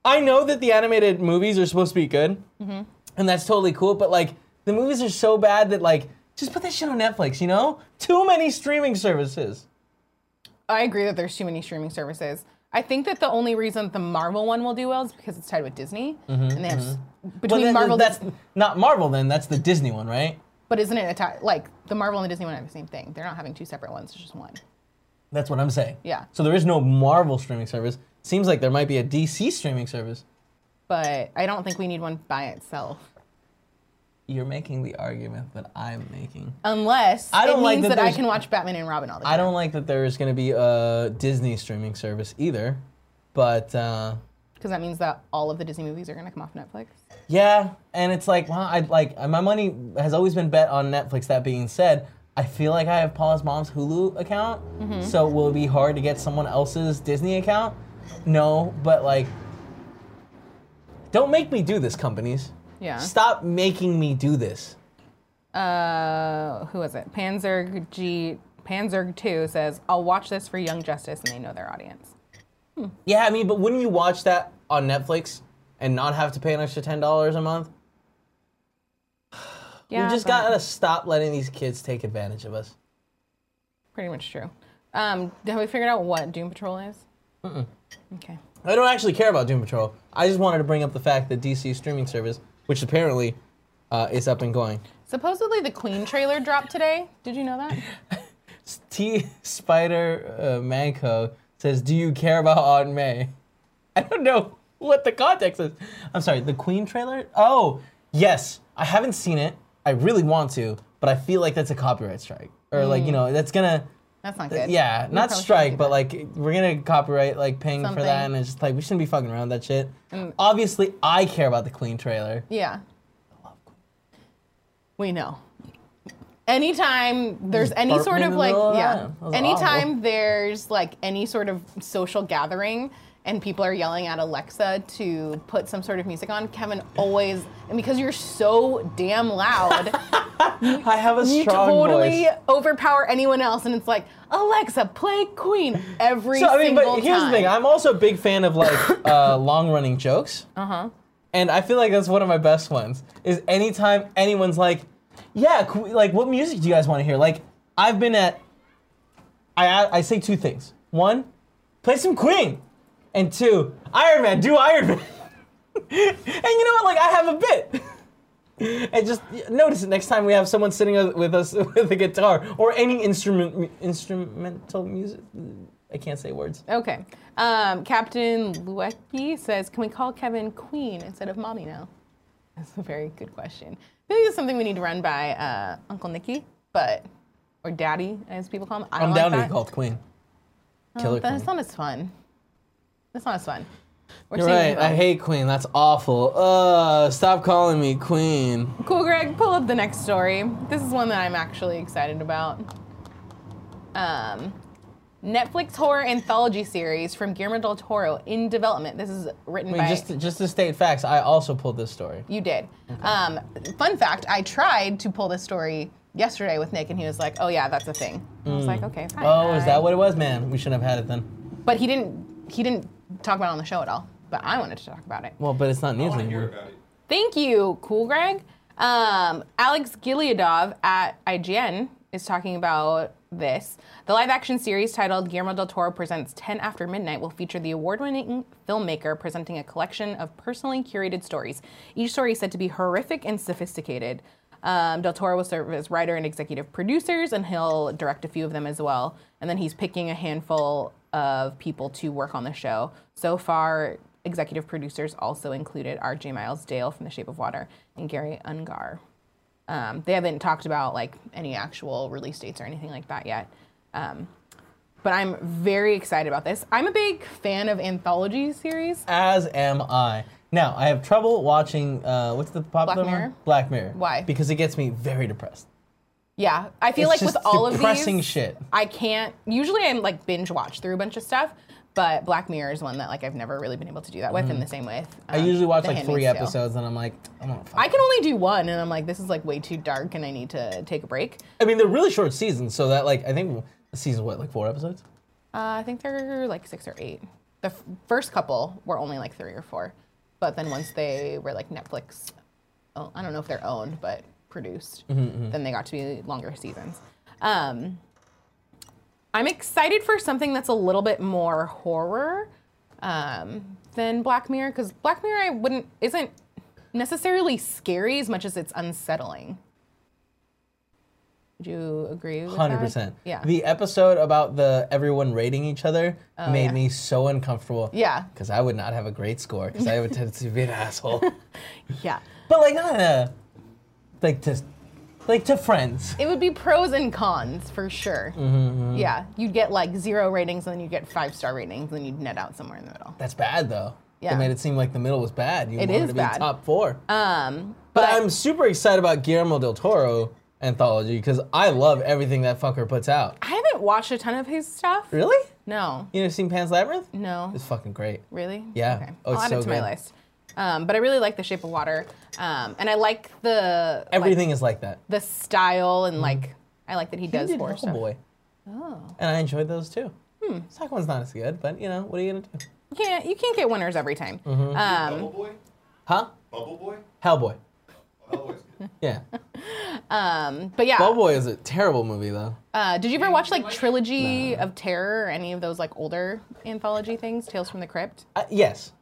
A: I know that the animated movies are supposed to be good, and that's totally cool. But like, the movies are so bad that like, just put that shit on Netflix. You know, too many streaming services.
B: I agree that there's too many streaming services. I think that the only reason the Marvel one will do well is because it's tied with Disney, and they have s- between
A: Mm-hmm, then
B: Marvel.
A: that's not Marvel. Then that's the Disney one, right?
B: but isn't it a tie? Like the Marvel and the Disney one have the same thing. They're not having two separate ones. It's just one.
A: That's what I'm saying.
B: Yeah.
A: So there is no Marvel streaming service. Seems like there might be a DC streaming service.
B: But I don't think we need one by itself,
A: You're making the argument that I'm making.
B: unless
A: I don't
B: it
A: like
B: means
A: that
B: that, I
A: there's-
B: can watch Batman and Robin all the time.
A: I don't like that there is going to be a Disney streaming service either, but. Uh,
B: because that means that all of the Disney movies are going to come off Netflix.
A: Yeah, and it's like, well, I like my money has always been bet on Netflix. That being said, I feel like I have Paula's mom's Hulu account,
B: Mm-hmm.
A: so will it be hard to get someone else's Disney account? No, but like, don't make me do this, companies.
B: Yeah.
A: Stop making me do this.
B: Uh, who was it? Panzerg G Panzerg Two says, "I'll watch this for Young Justice, and they know their audience."
A: Yeah, I mean, but wouldn't you watch that on Netflix and not have to pay an extra ten dollars a month?
B: Yeah,
A: we just
B: but-
A: gotta stop letting these kids take advantage of us.
B: pretty much true. Um, have we figured out what Doom Patrol is? Mm-mm. Okay.
A: I don't actually care about Doom Patrol. I just wanted to bring up the fact that DC streaming service, which apparently uh, is up and going.
B: Supposedly the Queen trailer dropped today. Did you know that?
A: T Spider uh, Manco says, "Do you care about Aunt May?" I don't know what the context is. I'm sorry, the Queen trailer. Oh, yes, I haven't seen it. I really want to, but I feel like that's a copyright strike, or like you know, that's gonna.
B: That's not good.
A: Uh, Yeah,
B: Mm. We probably
A: not
B: shouldn't
A: strike,
B: do
A: but
B: that.
A: like we're gonna copyright like ping for that,
B: Something. Mm.
A: and it's just like we shouldn't be fucking around with that shit. Obviously, I care about the Queen trailer.
B: Yeah. We know. Anytime there's any
A: burped
B: sort
A: me in
B: of
A: the
B: like
A: middle of
B: yeah,
A: that. That was
B: anytime there's like any sort of social gathering and people are yelling at Alexa to put some sort of music on, Kevin always, and because you're so damn loud,
A: I have a
B: you
A: strong
B: totally
A: voice.
B: overpower anyone else, and it's like, Alexa, play Queen every
A: So I mean,
B: single
A: but here's
B: time.
A: the thing. I'm also a big fan of like uh, long-running jokes. Uh huh.
B: Uh-huh.
A: And I feel like that's one of my best ones. Is anytime anyone's like, "Yeah, could we- like what music do you guys want to hear?" Like I've been at, I I say two things. One, play some Queen, and two, Iron Man. Do Iron Man. and you know what? Like I have a bit. And just notice it next time we have someone sitting with us with a guitar or any instrument, instrumental music. I can't say words.
B: Okay. Um, Captain Luecki says, can we call Kevin Queen instead of Mommy now? That's a very good question. Maybe it's something we need to run by uh, Uncle Nicky, but or Daddy, as people call him. I don't
A: I'm
B: like
A: down to
B: that.
A: be called Queen. Killer
B: But That's
A: Queen.
B: not as fun. That's not as fun. We're
A: You're
B: seeing
A: right. I
B: you.
A: hate Queen. That's awful. Uh, stop calling me Queen.
B: Cool, Greg. Pull up the next story. This is one that I'm actually excited about. Um, Netflix horror anthology series from Guillermo del Toro in development. This is written
A: I mean,
B: by
A: just just to state facts, I also pulled this story.
B: You did. Um, fun fact: I tried to pull this story yesterday with Nick, and he was like, "Oh yeah, that's a thing." I was like, "Okay, fine."
A: Oh, is
B: I-
A: that what it was, man? We shouldn't have had it then.
B: But he didn't. He didn't talk about it on the show at all. But I wanted to talk about it.
A: Well, but it's not news
B: Oh,
F: want to hear
A: anymore.
F: about it.
B: Thank you, Cool Greg. Um, Alex Giliadov at IGN is talking about this. The live action series titled Guillermo del Toro Presents 10 After Midnight will feature the award winning filmmaker presenting a collection of personally curated stories. Each story is said to be horrific and sophisticated. Um, del Toro will serve as writer and executive producers, and he'll direct a few of them as well. And then he's picking a handful of people to work on the show. So far, executive producers also included R.J. Miles Dale from The Shape of Water and Gary Ungar. Um, they haven't talked about like any actual release dates or anything like that yet. Um, but I'm very excited about this. I'm a big fan of anthology series.
A: As am I. Now I have trouble watching. Uh, what's the popular
B: Mirror?
A: one? Black Mirror.
B: Why?
A: Because it gets me very depressed.
B: Yeah, I feel
A: It's
B: like with
A: just
B: all of
A: depressing
B: these, uh,
A: shit.
B: I can't. Usually, I'm like binge watch through a bunch of stuff, but Black Mirror is one that like I've never really been able to do that with, and the same with.
A: Mm-hmm. I
B: um,
A: usually watch
B: The
A: like three
B: Handmaid's Tale.
A: episodes, and I'm like, I'm not.
B: I can only do one, and I'm like, this is like way too dark, and I need to take a break.
A: I mean, they're really short seasons, so that like I think the season what like four episodes.
B: Uh, I think they're like six or eight. The f- first couple were only like three or four, but then once they were like Netflix, oh, I don't know if they're owned, but produced,
A: Mm-hmm,
B: then they got to be longer seasons. Um, I'm excited for something that's a little bit more horror um, than Black Mirror because Black Mirror I wouldn't isn't necessarily scary as much as it's unsettling. Would you agree? with that?
A: Hundred percent.
B: Yeah.
A: The episode about the everyone rating each other made
B: Oh, yeah.
A: me so uncomfortable.
B: Yeah.
A: Because I would not have a great score because I have a tendency to be an asshole.
B: yeah.
A: But like not in a like to like to friends.
B: It would be pros and cons for sure.
A: Mm-hmm,
B: Yeah, you'd get like zero ratings, and then you'd get five star ratings, and then you'd net out somewhere in the middle.
A: That's bad though.
B: Yeah.
A: They made it seem like the middle was bad. You
B: It
A: wanted
B: is
A: to be
B: bad.
A: top four.
B: Um,
A: but
B: but,
A: I'm super excited about Guillermo del Toro anthology because I love everything that fucker puts out.
B: I haven't watched a ton of his stuff.
A: Really?
B: No,
A: You never seen Pan's Labyrinth?
B: no,
A: It's fucking great.
B: really.
A: Yeah.
B: Okay.
A: Oh, it's
B: I'll add
A: so
B: it to
A: good.
B: my list. Um, but I really like The Shape of Water, um, and I like the like,
A: Everything is like that.
B: the style, and like I like that he, does
A: did
B: horror stuff.
A: Hellboy. Oh. And I enjoyed those too. Hmm. Second one's not as good, but you know, what are you gonna do?
B: You can't you can't get winners every time.
A: Mm-hmm.
F: Bubble Boy?
A: Huh?
F: Bubble Boy?
A: Hellboy.
F: Oh, Hellboy's good.
A: Yeah.
B: Um, but yeah,
A: Hellboy is a terrible movie though.
B: Uh, did you ever watch like Trilogy of Terror or any of those like older anthology things, Tales from the Crypt?
A: Uh, yes.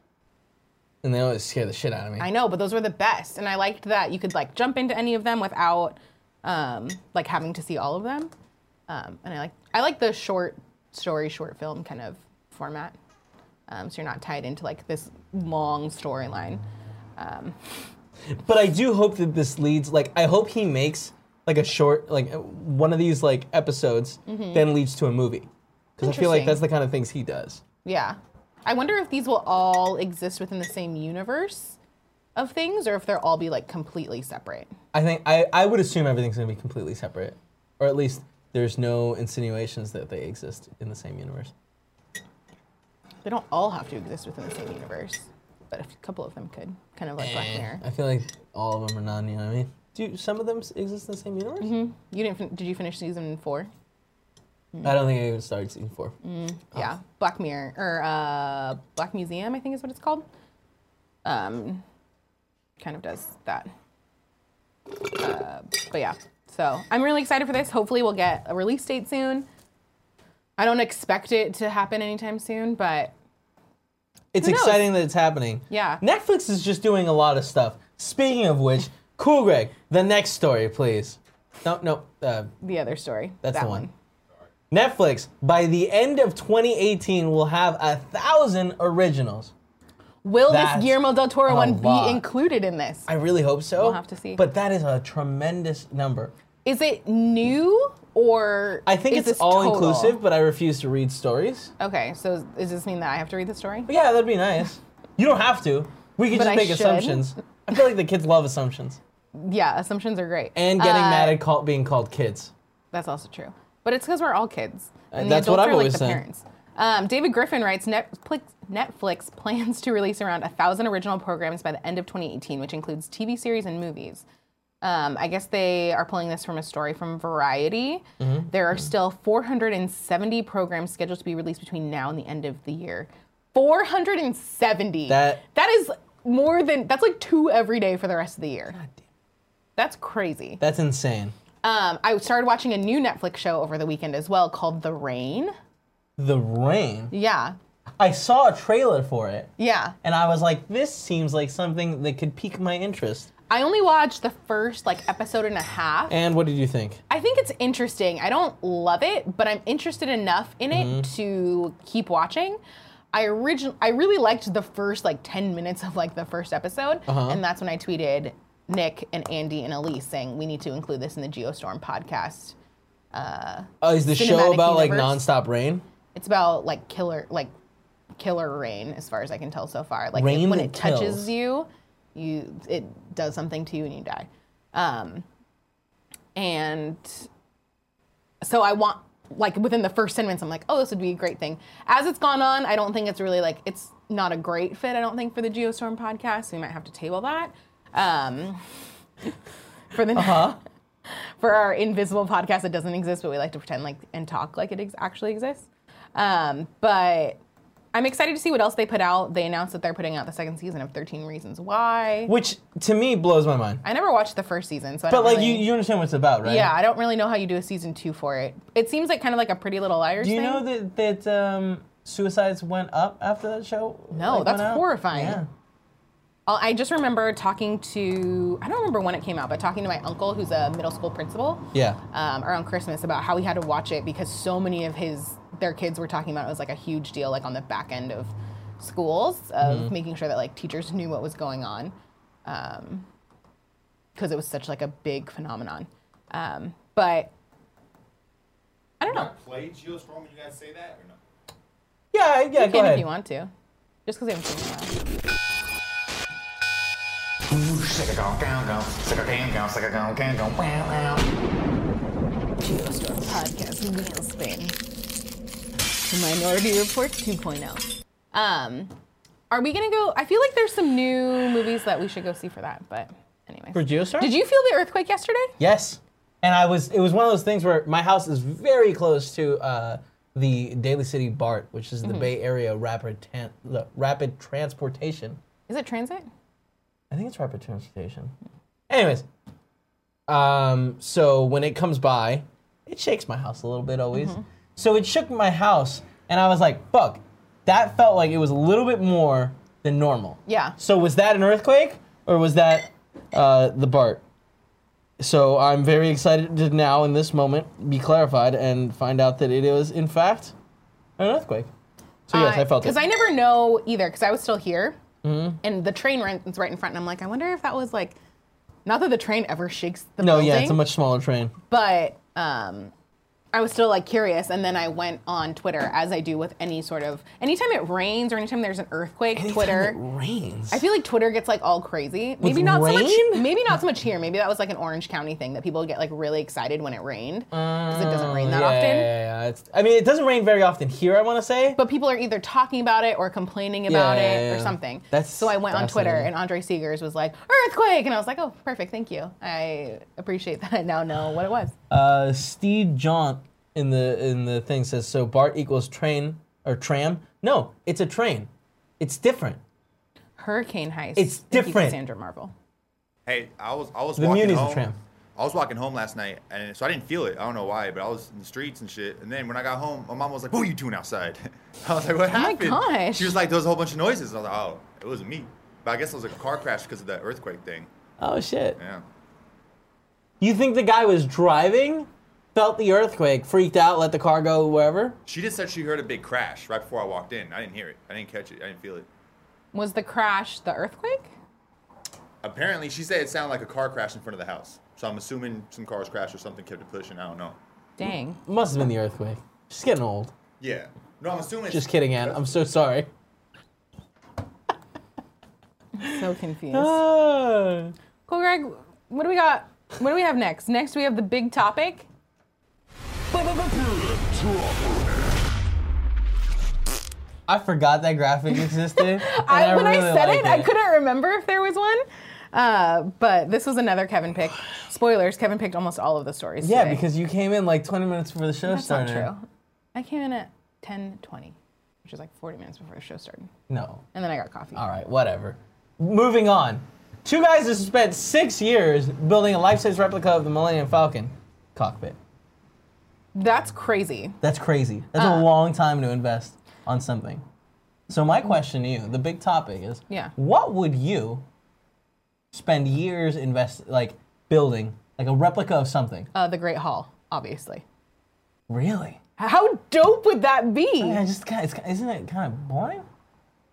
A: And they always scare the shit out of me.
B: I know, but those were the best, and I liked that you could like jump into any of them without um, like having to see all of them. Um, and I like I like the short story, short film kind of format, um, so you're not tied into like this long storyline. Um,
A: But I do hope that this leads like I hope he makes like a short like uh, one of these like episodes then leads to a movie. Because I feel
B: Mm-hmm.
A: like
B: Interesting.
A: that's the kind of things he does.
B: yeah, I wonder if these will all exist within the same universe of things, or if they'll all be like completely separate.
A: I think I, I would assume everything's gonna be completely separate. Or at least there's no insinuations that they exist in the same universe.
B: They don't all have to exist within the same universe, but a f- couple of them could, kind of like
A: Eh.
B: Black Mirror.
A: I feel like all of them are non. You know what I mean? Do some of them s- exist in the same universe?
B: You didn't? Fin- did you finish season four?
A: I don't think I even started season four.
B: Mm. Yeah, Black Mirror or uh, Black Museum, I think is what it's called. Um, kind of does that. Uh, but yeah, so I'm really excited for this. Hopefully, we'll get a release date soon. I don't expect it to happen anytime soon, but
A: It's
B: Who knows?
A: exciting that it's happening.
B: Yeah.
A: Netflix is just doing a lot of stuff. Speaking of which, Cool Greg, the next story, please. No, no, uh,
B: the other story.
A: that's
B: that
A: the one. Netflix, by the end of 2018, will have a thousand originals.
B: Will
A: That's
B: this Guillermo del Toro
A: a
B: one
A: lot.
B: be included in this?
A: I really hope so.
B: We'll have to see.
A: But that is a tremendous number.
B: Is it new or?
A: I think
B: is
A: it's
B: this
A: all
B: total?
A: inclusive, but I refuse to read stories.
B: Okay, so does this mean that I have to read the story?
A: But yeah, that'd be nice. You don't have to. We can
B: But
A: just
B: I
A: make
B: should.
A: assumptions. I feel like the kids love assumptions.
B: Yeah, assumptions are great.
A: And getting
B: Uh,
A: mad at call, being called kids.
B: That's also true. But it's because we're all kids. And
A: that's
B: the
A: what
B: adults
A: I've
B: are like
A: always
B: the
A: said.
B: parents. Um, David Griffin writes Netflix, Netflix plans to release around 1,000 original programs by the end of 2018, which includes TV series and movies. Um, I guess they are pulling this from a story from Variety.
A: Mm-hmm.
B: There are still 470 programs scheduled to be released between now and the end of the year. 470.
A: That-
B: that is more than, that's like two every day for the rest of the year. That's crazy.
A: That's insane.
B: Um, I started watching a new Netflix show over the weekend as well called The Rain.
A: The Rain.
B: Yeah,
A: I saw a trailer for it,
B: yeah.
A: and I was like, this seems like something that could pique my interest.
B: I only watched the first like episode and a half.
A: And what did you think?
B: I think it's interesting. I don't love it, but I'm interested enough in it to keep watching. I origin I really liked the first like 10 minutes of like the first episode, and that's when I tweeted Nick and Andy and Elise saying we need to include this in the Geostorm podcast.
A: Oh, is the show
B: Cinematic
A: about
B: universe.
A: like nonstop rain?
B: It's about like killer, like killer rain, as far as I can tell so far. Like
A: Rain
B: if- when
A: that
B: it touches
A: kills.
B: you, you it does something to you and you die. Um, and so I want like within the first ten minutes, I'm like, oh, this would be a great thing. As it's gone on, I don't think it's really like it's not a great fit. I don't think for the Geostorm podcast, we might have to table that. Um, for the
A: Uh-huh.
B: for our invisible podcast that doesn't exist, but we like to pretend like and talk like it ex- actually exists. Um, but I'm excited to see what else they put out. They announced that they're putting out the second season of 13 Reasons Why.
A: Which to me blows my mind.
B: I never watched the first season, so I
A: But
B: don't
A: like
B: really,
A: you, you understand what it's about, right?
B: yeah, I don't really know how you do a season two for it. It seems like kind of like a Pretty Little Liars.
A: Do you
B: thing.
A: know that that um, suicides went up after that show?
B: No,
A: went
B: that's
A: out?
B: horrifying.
A: Yeah.
B: Uh, I just remember talking to I don't remember when it came out, but talking to my uncle who's a middle school principal.
A: Yeah.
B: um, around Christmas about how he had to watch it because so many of his their kids were talking about it was like a huge deal, like on the back end of schools of
A: Mm-hmm.
B: making sure that like teachers knew what was going on, because it was such like a big phenomenon. Um, but I don't know.
F: Not play Geostorm when you guys say that or no?
A: Yeah, yeah,
B: You
A: go
B: can
A: ahead.
B: if you want to, just because I haven't seen it. in a while. Geostorm Podcast Wheel Spin. The Minority Report 2.0. Um, are we gonna go? I feel like there's some new movies that we should go see for that, but anyway.
A: For Geostorm?
B: Did you feel the earthquake yesterday?
A: Yes. And I was it was one of those things where my house is very close to uh, the Daly City BART, which is the Bay Area Rapid Tan- the Rapid Transportation.
B: Is it transit?
A: I think it's Rapid Transportation. Anyways, um, so when it comes by, it shakes my house a little bit always.
B: Mm-hmm.
A: So it shook my house, and I was like, "Fuck!" That felt like it was a little bit more than normal.
B: Yeah.
A: So was that an earthquake or was that uh, the BART? So I'm very excited to now, in this moment, be clarified and find out that it is in fact an earthquake. So yes, I felt it.
B: Because Uh, I never know either, because I was still here, and the train runs right in front, and I'm like, I wonder if that was like, not that the train ever shakes the
A: no,
B: building.
A: yeah, it's a much smaller train.
B: but um, I was still like curious, and then I went on Twitter as I do with any sort of anytime it rains or anytime there's an earthquake. Twitter.
A: Anytime It rains.
B: I feel like Twitter gets like all crazy. Maybe not so much. Maybe not so much here. Maybe that was like an Orange County thing that people get like really excited when it rained because it doesn't rain that
A: Oh, yeah,
B: often.
A: Yeah, yeah, yeah. It's, I mean, it doesn't rain very often here. I want to say.
B: But people are either talking about it or complaining about
A: yeah,
B: it or
A: yeah.
B: something.
A: That's
B: so I went on Twitter
A: fascinating.
B: and Andre Seegers was like earthquake, and I was like, oh, perfect, thank you. I appreciate that. I now know what it was.
A: Uh, Steve John in the in the thing says so BART equals train or tram. No, it's a train. It's different.
B: Hurricane heist.
A: It's
B: Thank you,
A: different.
B: Cassandra Marvel.
F: Hey, I was I was
A: The
F: walking
A: Muni's a
F: home.
A: tramp.
F: I was walking home last night, and so I didn't feel it. I don't know why, but I was in the streets and shit. And then when I got home, my mom was like, "What were you doing outside?" I was like, "What happened?"
B: gosh.
F: She was like, "There was a whole bunch of noises." I was like, "Oh, it wasn't me." But I guess it was like a car crash because of that earthquake thing.
A: Oh shit.
F: Yeah.
A: You think the guy was driving, felt the earthquake, freaked out, let the car go wherever?
F: She just said she heard a big crash right before I walked in. I didn't hear it. I didn't catch it. I didn't feel it.
B: Was the crash the earthquake?
F: Apparently, she said it sounded like a car crash in front of the house. So I'm assuming some cars crashed or something kept it pushing. I don't know.
B: Dang.
A: Must have been the earthquake. She's getting old.
F: Yeah. No, I'm assuming.
A: Just kidding, Ann. I'm so sorry.
B: So confused.
A: Uh, Ah.
B: cool, Greg. What do we got? What do we have next? Next, we have the big topic.
A: I forgot that graphic existed. and
B: I, when
A: really
B: I said
A: like
B: it, I couldn't remember if there was one. Uh, but this was another Kevin pick. Spoilers: Kevin picked almost all of the stories.
A: Yeah,
B: today.
A: because you came in like 20 minutes before the show
B: that's not
A: started.
B: true. I came in at 10:20, which is like 40 minutes before the show started,
A: No.
B: and then I got coffee.
A: All right, whatever. Moving on. Two guys have spent six years building a life-size replica of the Millennium Falcon cockpit.
B: That's crazy.
A: That's crazy. That's
B: Uh,
A: a long time to invest on something. So my question to you, the big topic is,
B: Yeah.
A: what would you spend years invest like building like a replica of something?
B: Uh, the Great Hall, obviously.
A: really?
B: How dope would that
A: Yeah,
B: be?
A: just kind of, it's, isn't it kind of boring?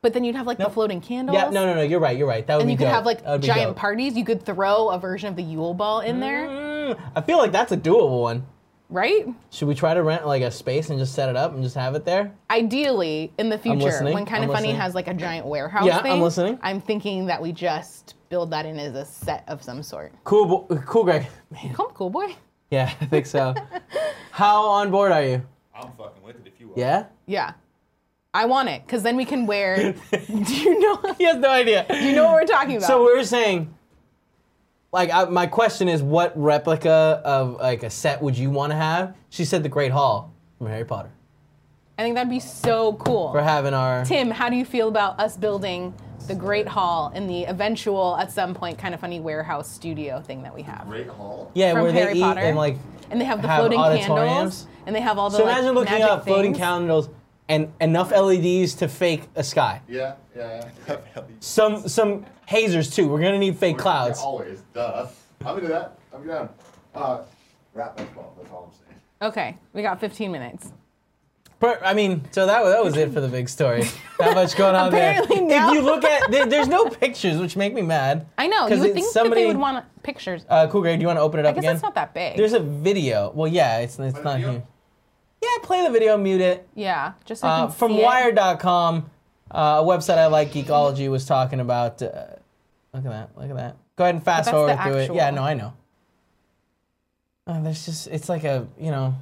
B: But then you'd have like the floating candles.
A: Yeah, no, no, no. You're right. You're right. That would
B: And
A: be
B: you could
A: dope.
B: have like
A: That would be
B: giant
A: dope. Mm.
B: parties. You could throw a version of the Yule Ball in there,
A: I feel like that's a doable one.
B: right?
A: Should we try to rent like a space and just set it up and just have it there?
B: ideally in the future
A: listening.
B: when kind
A: I'm
B: of funny
A: listening.
B: has like a giant warehouse
A: Yeah, I'm
B: thing,
A: listening.
B: i'm thinking that we just build that in as a set of some sort
A: Cool, bo- cool, Greg.
B: come cool boy
A: Yeah, I think so. How on board are you?
F: I'm fucking with it if you are.
A: Yeah.
B: yeah i want it because then we can wear do you know
A: He has no idea.
B: you know what we're talking about
A: So we're saying, like, I, my question is, what replica of like a set would you want to have? She said the Great Hall from Harry Potter.
B: i think that'd be so cool
A: We're having our
B: tim how do you feel about us building the great hall and the eventual at some point kind of funny warehouse studio thing that we have
F: Great hall.
A: yeah,
B: from
A: where
B: Harry
A: they eat
B: Potter.
A: and like.
B: and they have the
A: have
B: floating
A: auditoriums.
B: candles and they have all the
A: So
B: like,
A: imagine looking
B: magic
A: up floating
B: things.
A: candles and enough LEDs to fake a sky.
C: Yeah, yeah.
A: Some some hazers too. We're gonna need fake clouds.
C: Always, duh. I'm into that. I'm down. Uh, rap baseball. That's all I'm saying.
B: okay we got 15 minutes
A: But I mean, so that, that was it for the big story. That much going on there.
B: Apparently no.
A: If you look at, there, there's no pictures, which make me mad.
B: I know.
A: 'Cause
B: You would
A: it-
B: think
A: somebody,
B: that they would want pictures. I
A: Uh, cool, Greg. Do you want to open it up
B: guess
A: again?
B: it's not that big.
A: There's a video. Well, yeah, it's, it's not
F: video?
A: here. Yeah, play the video, mute it.
B: yeah, just so you
A: Uh,
B: can
A: from
B: see it.
A: Wired.com, uh, a website I like, Geekology, was talking about. Uh, look at that! Look at that! Go ahead and fast
B: that's
A: forward
B: the
A: through it. Yeah,
B: actual-
A: no, I know. Uh, there's just it's like a you know.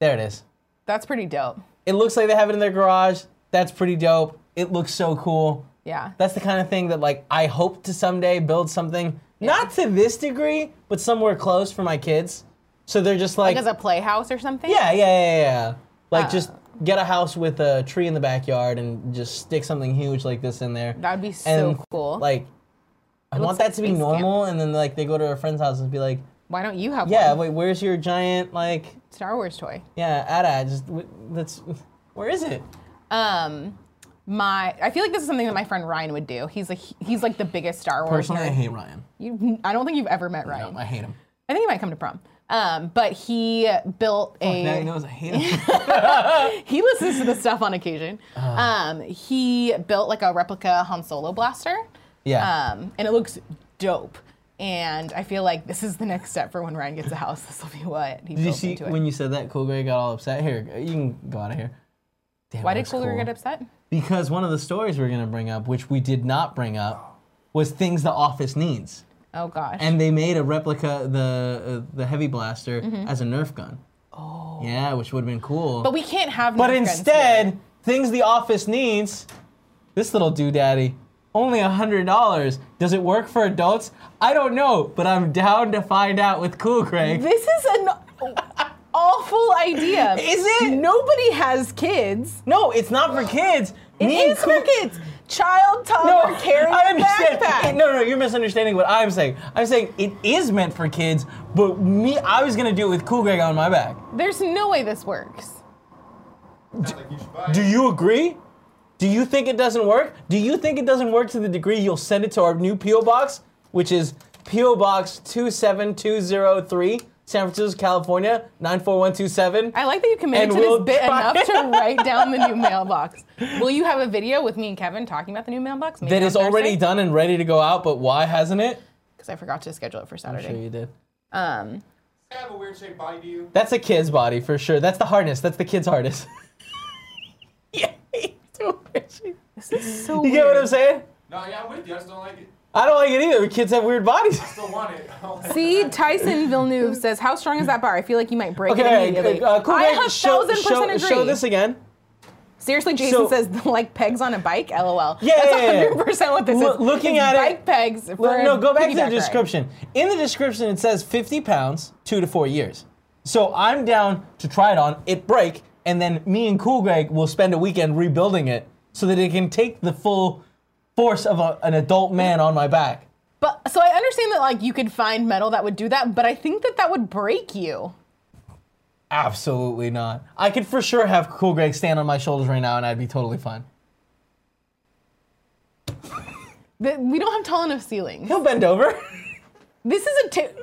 A: There it is.
B: That's pretty dope.
A: It looks like they have it in their garage. That's pretty dope. It looks so cool.
B: Yeah.
A: That's the kind of thing that like I hope to someday build something not to this degree, but somewhere close for my kids. So they're just like,
B: like as a Uh. playhouse or something.
A: yeah, yeah, yeah, yeah. Like just get a house with a tree in the backyard and just stick something huge like this in there.
B: That'd be so
A: And,
B: cool.
A: Like I
B: looks
A: want
B: like
A: that to be
B: Space Camp.
A: normal and then like they go to a friend's house and be like,
B: Why don't you have
A: "Yeah,
B: one?
A: wait, where's your giant like
B: Star Wars toy.
A: yeah, ada just w- that's where is it?"
B: Um, my I feel like this is something that my friend Ryan would do. He's like he's like the biggest Star Wars
A: Personally, I
B: nerd.
A: hate Ryan.
B: You, I don't think you've ever met Ryan.
A: No, I hate him.
B: I think he might come to prom. Um, but he built a.
A: Now he knows I hate him.
B: he listens to this stuff on occasion.
A: Uh-huh.
B: Um, he built like a replica Han Solo blaster.
A: Yeah.
B: Um, and it looks dope. And I feel like this is the next step for when Ryan gets a house. This will be what he
A: Did you
B: builds
A: see
B: into it.
A: when you said that Cool Gray got all upset? Here, you can go out of here. Damn,
B: Why did
A: that's
B: Cooler get upset?
A: Because one of the stories we are gonna bring up, which we did not bring up, was things the office needs,
B: Oh gosh.
A: and they made a replica the uh, the heavy blaster
B: Mm-hmm.
A: as a Nerf gun. Oh. Yeah, which would have been cool.
B: but we can't have.
A: But
B: Nerf guns
A: instead,
B: here.
A: things the office needs. This little doodaddy, only hundred dollars. Does it work for adults? I don't know, but I'm down to find out with Cool Craig.
B: this is an awful idea.
A: Is it?
B: Nobody has kids.
A: No, it's not for kids.
B: It
A: Me and
B: is
A: Cool-
B: for kids. Child, toddler,
A: No,
B: carrying
A: I
B: a
A: understand.
B: backpack.
A: It- no, no, you're misunderstanding what I'm saying. I'm saying it is meant for kids, but me, I was gonna do it with Cool Greg on my back.
B: There's no way this works.
A: Do you agree? Do you think it doesn't work? Do you think it doesn't work to the degree you'll send it to our new PO box, which is PO Box 27203, San Francisco, California 94127?
B: I like that you committed
A: And
B: to
A: we'll
B: this bit
A: try-
B: enough to write down the new mailbox. Will you have a video with me and Kevin talking about the new mailbox? Maybe on
A: That is already
B: Thursday?
A: done and ready to go out, but why hasn't it?
B: Because I forgot to schedule it for
A: I'm sure
B: Saturday.
A: you did.
B: Um,
F: I have a weird shaped body to you.
A: That's a kid's body for sure. That's the hardness. That's the kid's hardest. yeah,
B: this is so.
A: You get what I'm saying?
F: No, yeah, I'm with you. I just don't like it.
A: I don't like it either. Kids have weird bodies.
F: Still want it.
B: See, Tyson Villeneuve says, "How strong is that bar? I feel like you might break
A: Okay,
B: it immediately."
A: uh, cool.
B: I
A: Greg,
B: a
A: show,
B: thousand
A: show-
B: percent agree.
A: show this again.
B: Seriously, Jason
A: So-
B: says like pegs on a bike. LOL.
A: Yeah,
B: that's
A: yeah, yeah, yeah.
B: 100 percent what this
A: Loo-
B: is.
A: looking
B: It's
A: at it-
B: bike pegs. For
A: Well,
B: a
A: no, go back to
B: piggyback
A: the
B: ride.
A: description. In the description, it says 50 pounds, two to four years. So I'm down to try it on, it break, and then me and Cool Greg will spend a weekend rebuilding it so that it can take the full force of a, an adult man on my back.
B: But so I understand that like you could find metal that would do that, but I think that that would break you.
A: Absolutely not. I could for sure have Cool Greg stand on my shoulders right now and I'd be totally fine.
B: That we don't have tall enough ceilings.
A: He'll bend over.
B: This is a tip.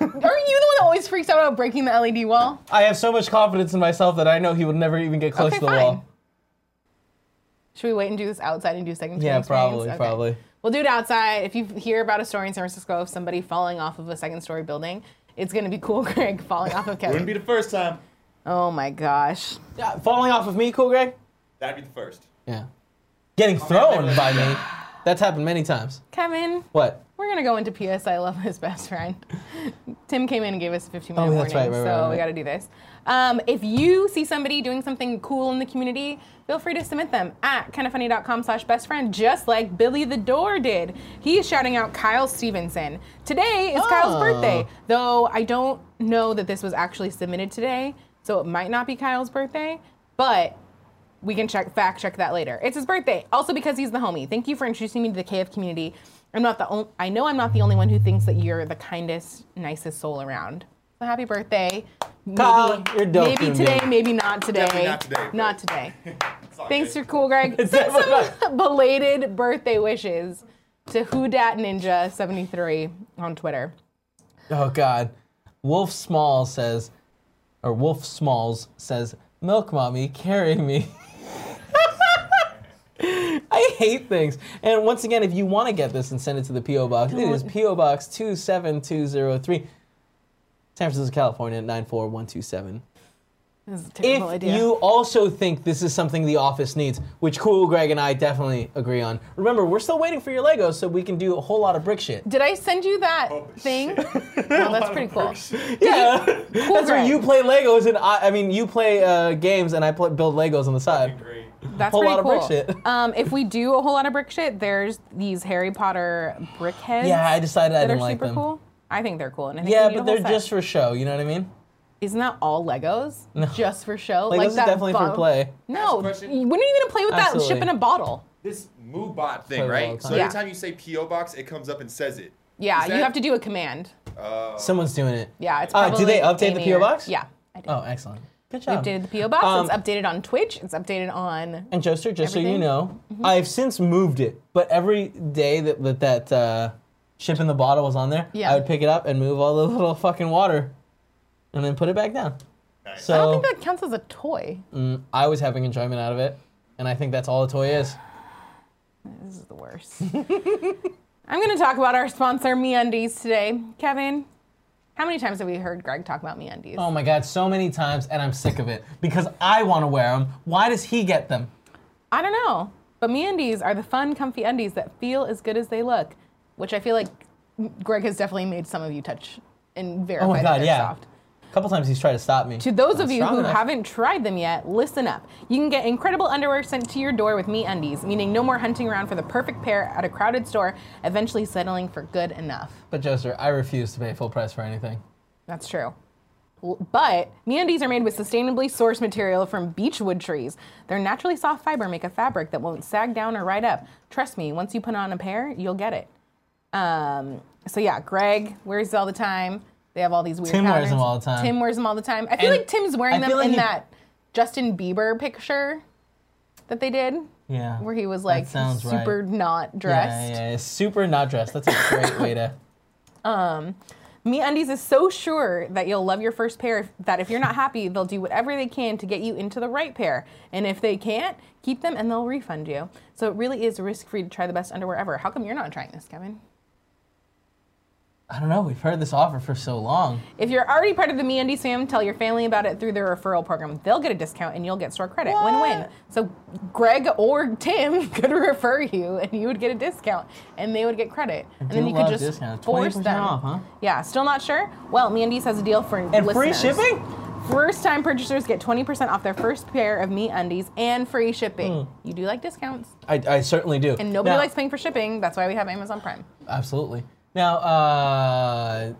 B: Are you the one that always freaks out about breaking the LED wall?
A: I have so much confidence in myself that I know he would never even get close
B: Okay,
A: to the
B: fine.
A: wall.
B: Should we wait and do this outside and do second?
A: Yeah,
B: screen
A: probably,
B: experience? Okay.
A: probably.
B: We'll do it outside. If you hear about a story in San Francisco of somebody falling off of a second story building, it's gonna be cool, Greg, falling off of Kevin.
F: Wouldn't be the first time.
B: oh my gosh.
A: Yeah, falling off of me, Cool Greg?
F: That'd be the first.
A: Yeah. Getting thrown by me. That's happened many times.
B: Kevin,
A: What?
B: we're gonna go into PS I Love His Best Friend. Tim came in and gave us a 15
A: Oh,
B: minute warning,
A: that's right, right,
B: so
A: right, right.
B: we gotta do this. Um, if you see somebody doing something cool in the community, feel free to submit them at kindoffunny.com slash best friend, just like Billy the Door did. He is shouting out Kyle Stevenson. Today is Kyle's
A: Oh.
B: birthday, though I don't know that this was actually submitted today, so it might not be Kyle's birthday, but we can check fact check that later. It's his birthday, also because he's the homie. Thank you for introducing me to the KF community. I'm not the only. I know I'm not the only one who thinks that you're the kindest, nicest soul around. So happy birthday, Maybe-
A: Kyle, you're dope,
B: Maybe
A: dude.
B: today, maybe not today.
F: Definitely not today, but-
B: Not today. Thanks, you're cool, Greg.
A: It's
B: Send
A: definitely
B: some belated birthday wishes to Who Dat Ninja 73 on Twitter.
A: Oh God. Wolf Small says, or Wolf Smalls says, "Milk mommy, carry me." I hate things. And once again, if you want to get this and send it to the PO box, it is PO Box two seven two zero three, San Francisco, California nine four one two seven.
B: This is a
A: If
B: terrible idea.
A: you also think this is something the office needs, which Cool Greg and I definitely agree on, remember we're still waiting for your Legos so we can do a whole lot of brick shit.
B: Did I send you that thing? Oh, that's pretty cool.
A: Yeah, that's where
B: Greg.
A: you play Legos and I, I mean you play uh, games and I play, build Legos on the side.
B: That's
A: Whole
B: pretty
A: lot of
B: cool.
A: brick shit.
B: Um, if we do a whole lot of brick shit, there's these Harry Potter brick heads.
A: Yeah, I decided I
B: that are
A: didn't like
B: super
A: them.
B: cool. I think they're cool, and I think
A: Yeah,
B: we need a
A: but
B: whole
A: they're
B: set.
A: just for show. You know what I mean?
B: Isn't that all Legos? No. Just for show?
A: Legos
B: like
A: is
B: that
A: definitely for
B: bottle-
A: play.
B: No,
F: Ask a
B: when are
F: question.
B: you gonna play with that
A: Absolutely.
B: ship in a bottle?
F: This MooBot thing,
A: Play
F: right?
A: Wild
F: So
A: Hunt.
B: Yeah.
F: every time you say PO box, it comes up and says it.
B: Yeah,
F: Is
B: you
F: that-
B: have to do a command.
A: Someone's doing it.
B: Yeah, it's
A: Uh,
B: probably
A: do they update the
B: Amy
A: PO
B: or-
A: box?
B: Yeah, I did.
A: Oh, excellent. Good
B: We
A: job.
B: updated the PO box.
A: Um,
B: it's updated on Twitch. It's updated on.
A: And Joester, just so you
B: Everything? Mm-hmm.
A: know, I've since moved it. But every day that that, that uh, ship in the bottle was on there,
B: Yeah.
A: I would pick it up and move all the little fucking water, and then put it back down. So
B: I don't think that counts as a toy.
A: I was having enjoyment out of it, and I think that's all a toy is.
B: This is the worst. I'm going to talk about our sponsor, MeUndies, today. Kevin, how many times have we heard Greg talk about MeUndies?
A: Oh my god, so many times, and I'm sick of it because I want to wear them. Why does he get them?
B: I don't know, but MeUndies are the fun, comfy undies that feel as good as they look, which I feel like Greg has definitely made some of you touch and verify
A: Oh my
B: that
A: god,
B: they're
A: yeah.
B: soft.
A: A couple times he's tried to stop me.
B: To those
A: Not
B: of you
A: strong
B: who
A: enough.
B: haven't tried them yet, listen up. You can get incredible underwear sent to your door with Me Undies, meaning no more hunting around for the perfect pair at a crowded store, eventually settling for good enough.
A: But Jester, I refuse to pay full price for anything.
B: That's true. L- But MeUndies are made with sustainably sourced material from beechwood trees. Their naturally soft fiber make a fabric that won't sag down or ride up. Trust me, once you put on a pair, you'll get it. Um, so yeah, Greg wears it all the time. They have all these weird.
A: Tim wears
B: patterns.
A: them all the time.
B: Tim wears them all the time. I feel
A: And
B: like Tim's wearing
A: I
B: them
A: feel like
B: in
A: he-
B: that Justin Bieber picture that they did,
A: Yeah.
B: where he was like
A: that sounds right.
B: super not
A: Yeah,
B: dressed.
A: yeah, yeah, super not dressed. That's a great way to.
B: Me Undies is so sure that you'll love your first pair if- that if you're not happy, they'll do whatever they can to get you into the right pair. And if they can't, keep them and they'll refund you. So it really is risk free to try the best underwear ever. How come you're not trying this, Kevin?
A: I don't know. We've heard this offer for so long.
B: If you're already part of the Me Undies fam, tell your family about it through their referral program. They'll get a discount and you'll get store credit. Win win. So Greg or Tim could refer you and you would get a discount and they would get credit. and
A: do
B: then you could
A: love
B: just
A: discounts.
B: force
A: 20%
B: them.
A: off, huh?
B: Yeah, still not sure? Well, Me Undies has a deal for
A: And free
B: listeners.
A: shipping?
B: First time purchasers get 20% off their first pair of Me Undies and free shipping.
A: Hmm.
B: You do like discounts.
A: I, I certainly do.
B: And nobody
A: Now-
B: likes paying for shipping. That's why we have Amazon Prime.
A: Absolutely. Now, uh,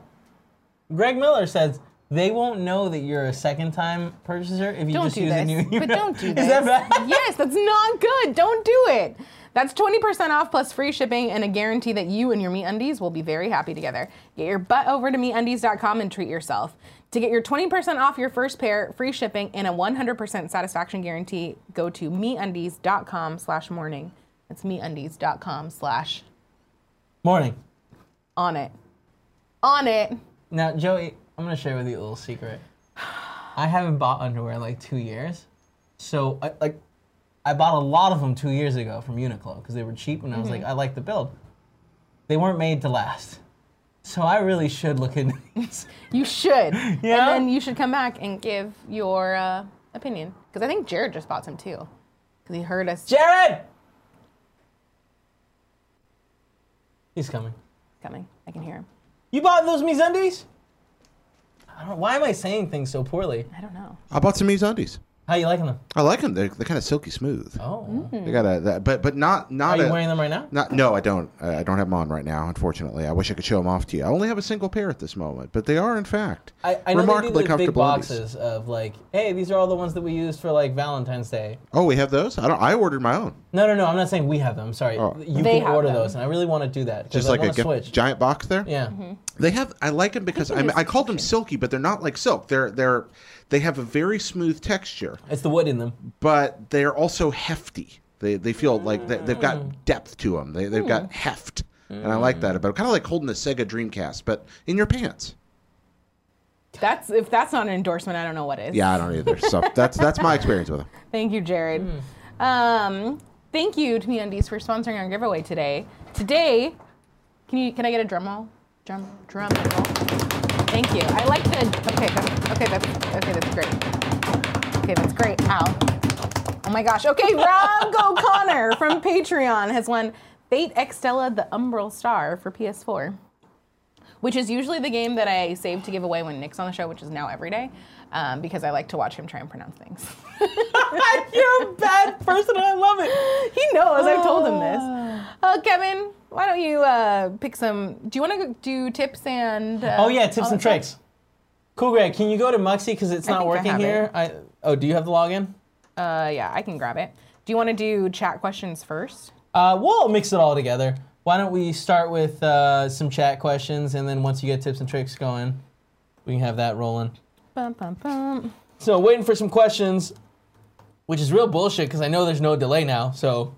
A: Greg Miller says they won't know that you're a second time purchaser if you
B: Don't
A: just
B: do
A: use a
B: this.
A: new.
B: but don't do
A: Is
B: this.
A: that bad?
B: yes, that's not good. Don't do it. That's 20% off plus free shipping and a guarantee that you and your MeUndies will be very happy together. Get your butt over to MeUndies.com and treat yourself. To get your 20% off your first pair, free shipping, and a 100% satisfaction guarantee, go to MeUndies.com slash morning. That's MeUndies.com slash
A: Morning.
B: on it. On it.
A: Now, Joey, I'm gonna share with you a little secret. I haven't bought underwear in like two years, so I, like, I bought a lot of them two years ago from Uniqlo because they were cheap, and I was like, I like the build. They weren't made to last, so I really should look into these.
B: You should. And
A: Yeah?
B: then you should come back and give your uh, opinion. Because I think Jared just bought some too. Because he heard us
A: Jared, he's coming.
B: coming. I can hear him.
A: You bought those MeUndies? I don't. Why am I saying things so poorly?
B: I don't know.
E: I bought some Mies undies.
A: How you liking them?
E: I like them. They're, they're kind of silky smooth.
A: Oh,
E: They got a, that, but but not
A: are
E: not.
A: you
E: a-
A: wearing them right now?
E: Not, no, I don't. I I don't have them on right now, unfortunately. I wish I could show them off to you. I only have a single pair at this moment, but they are, in fact,
A: I, I know
E: remarkably
A: they do those big
E: comfortable. undies.
A: boxes of like, hey, these are all the ones that we used for like Valentine's Day.
E: Oh, we have those. I don't. I ordered my own,
A: No, no, no. I'm not saying we have them. I'm sorry.
E: Oh.
A: You
B: They
A: can
B: have
A: order
B: them.
A: those, and I really want to do that. 'cause
E: just
A: I
E: like a
A: want to
E: gi-
A: switch.
E: giant box there.
A: yeah.
B: Mm-hmm.
E: They have. I like them because I,
B: it
E: I,
B: is
E: called them silky, but they're not like silk. They're they're they have a very smooth texture,
A: It's the wood in them.
E: but they're also hefty. They they feel like they, they've got depth to them. They they've got heft, and I like that about. Kind of like holding a Sega Dreamcast, but in your pants.
B: That's if that's not an endorsement, I don't know what is.
E: Yeah, I don't either. So that's that's my experience with them.
B: Thank you, Jared. Um, thank you to MeUndies for sponsoring our giveaway today. Today, can you can I get a drum roll? Drum drum roll. Thank you. I like the okay. That's, okay, that's okay. That's great. Okay, that's great. Ow. Oh my gosh. Okay, Rob O'Connor from Patreon has won Fate Extella the Umbral Star for PS4 which is usually the game that I save to give away when Nick's on the show, which is now every day, um, because I like to watch him try and pronounce things.
A: You're a bad person, and I love it. Ah.
B: he knows I've told him this. Uh, Kevin, why don't you uh, pick some? Do you want to do tips and? Uh,
A: Oh yeah, tips
B: all
A: and
B: that
A: tricks. Cool, Greg. Can you go to Muxy because it's
B: I
A: not
B: think I
A: working
B: have
A: here?
B: it.
A: I oh, do you have the login?
B: stuff? Uh, yeah, I can grab it. Do you want to do chat questions first?
A: Uh, we'll mix it all together. Why don't we start with uh, some chat questions, and then once you get tips and tricks going, we can have that rolling.
B: Bum, bum, bum.
A: So waiting for some questions, which is real bullshit because I know there's no delay now. So,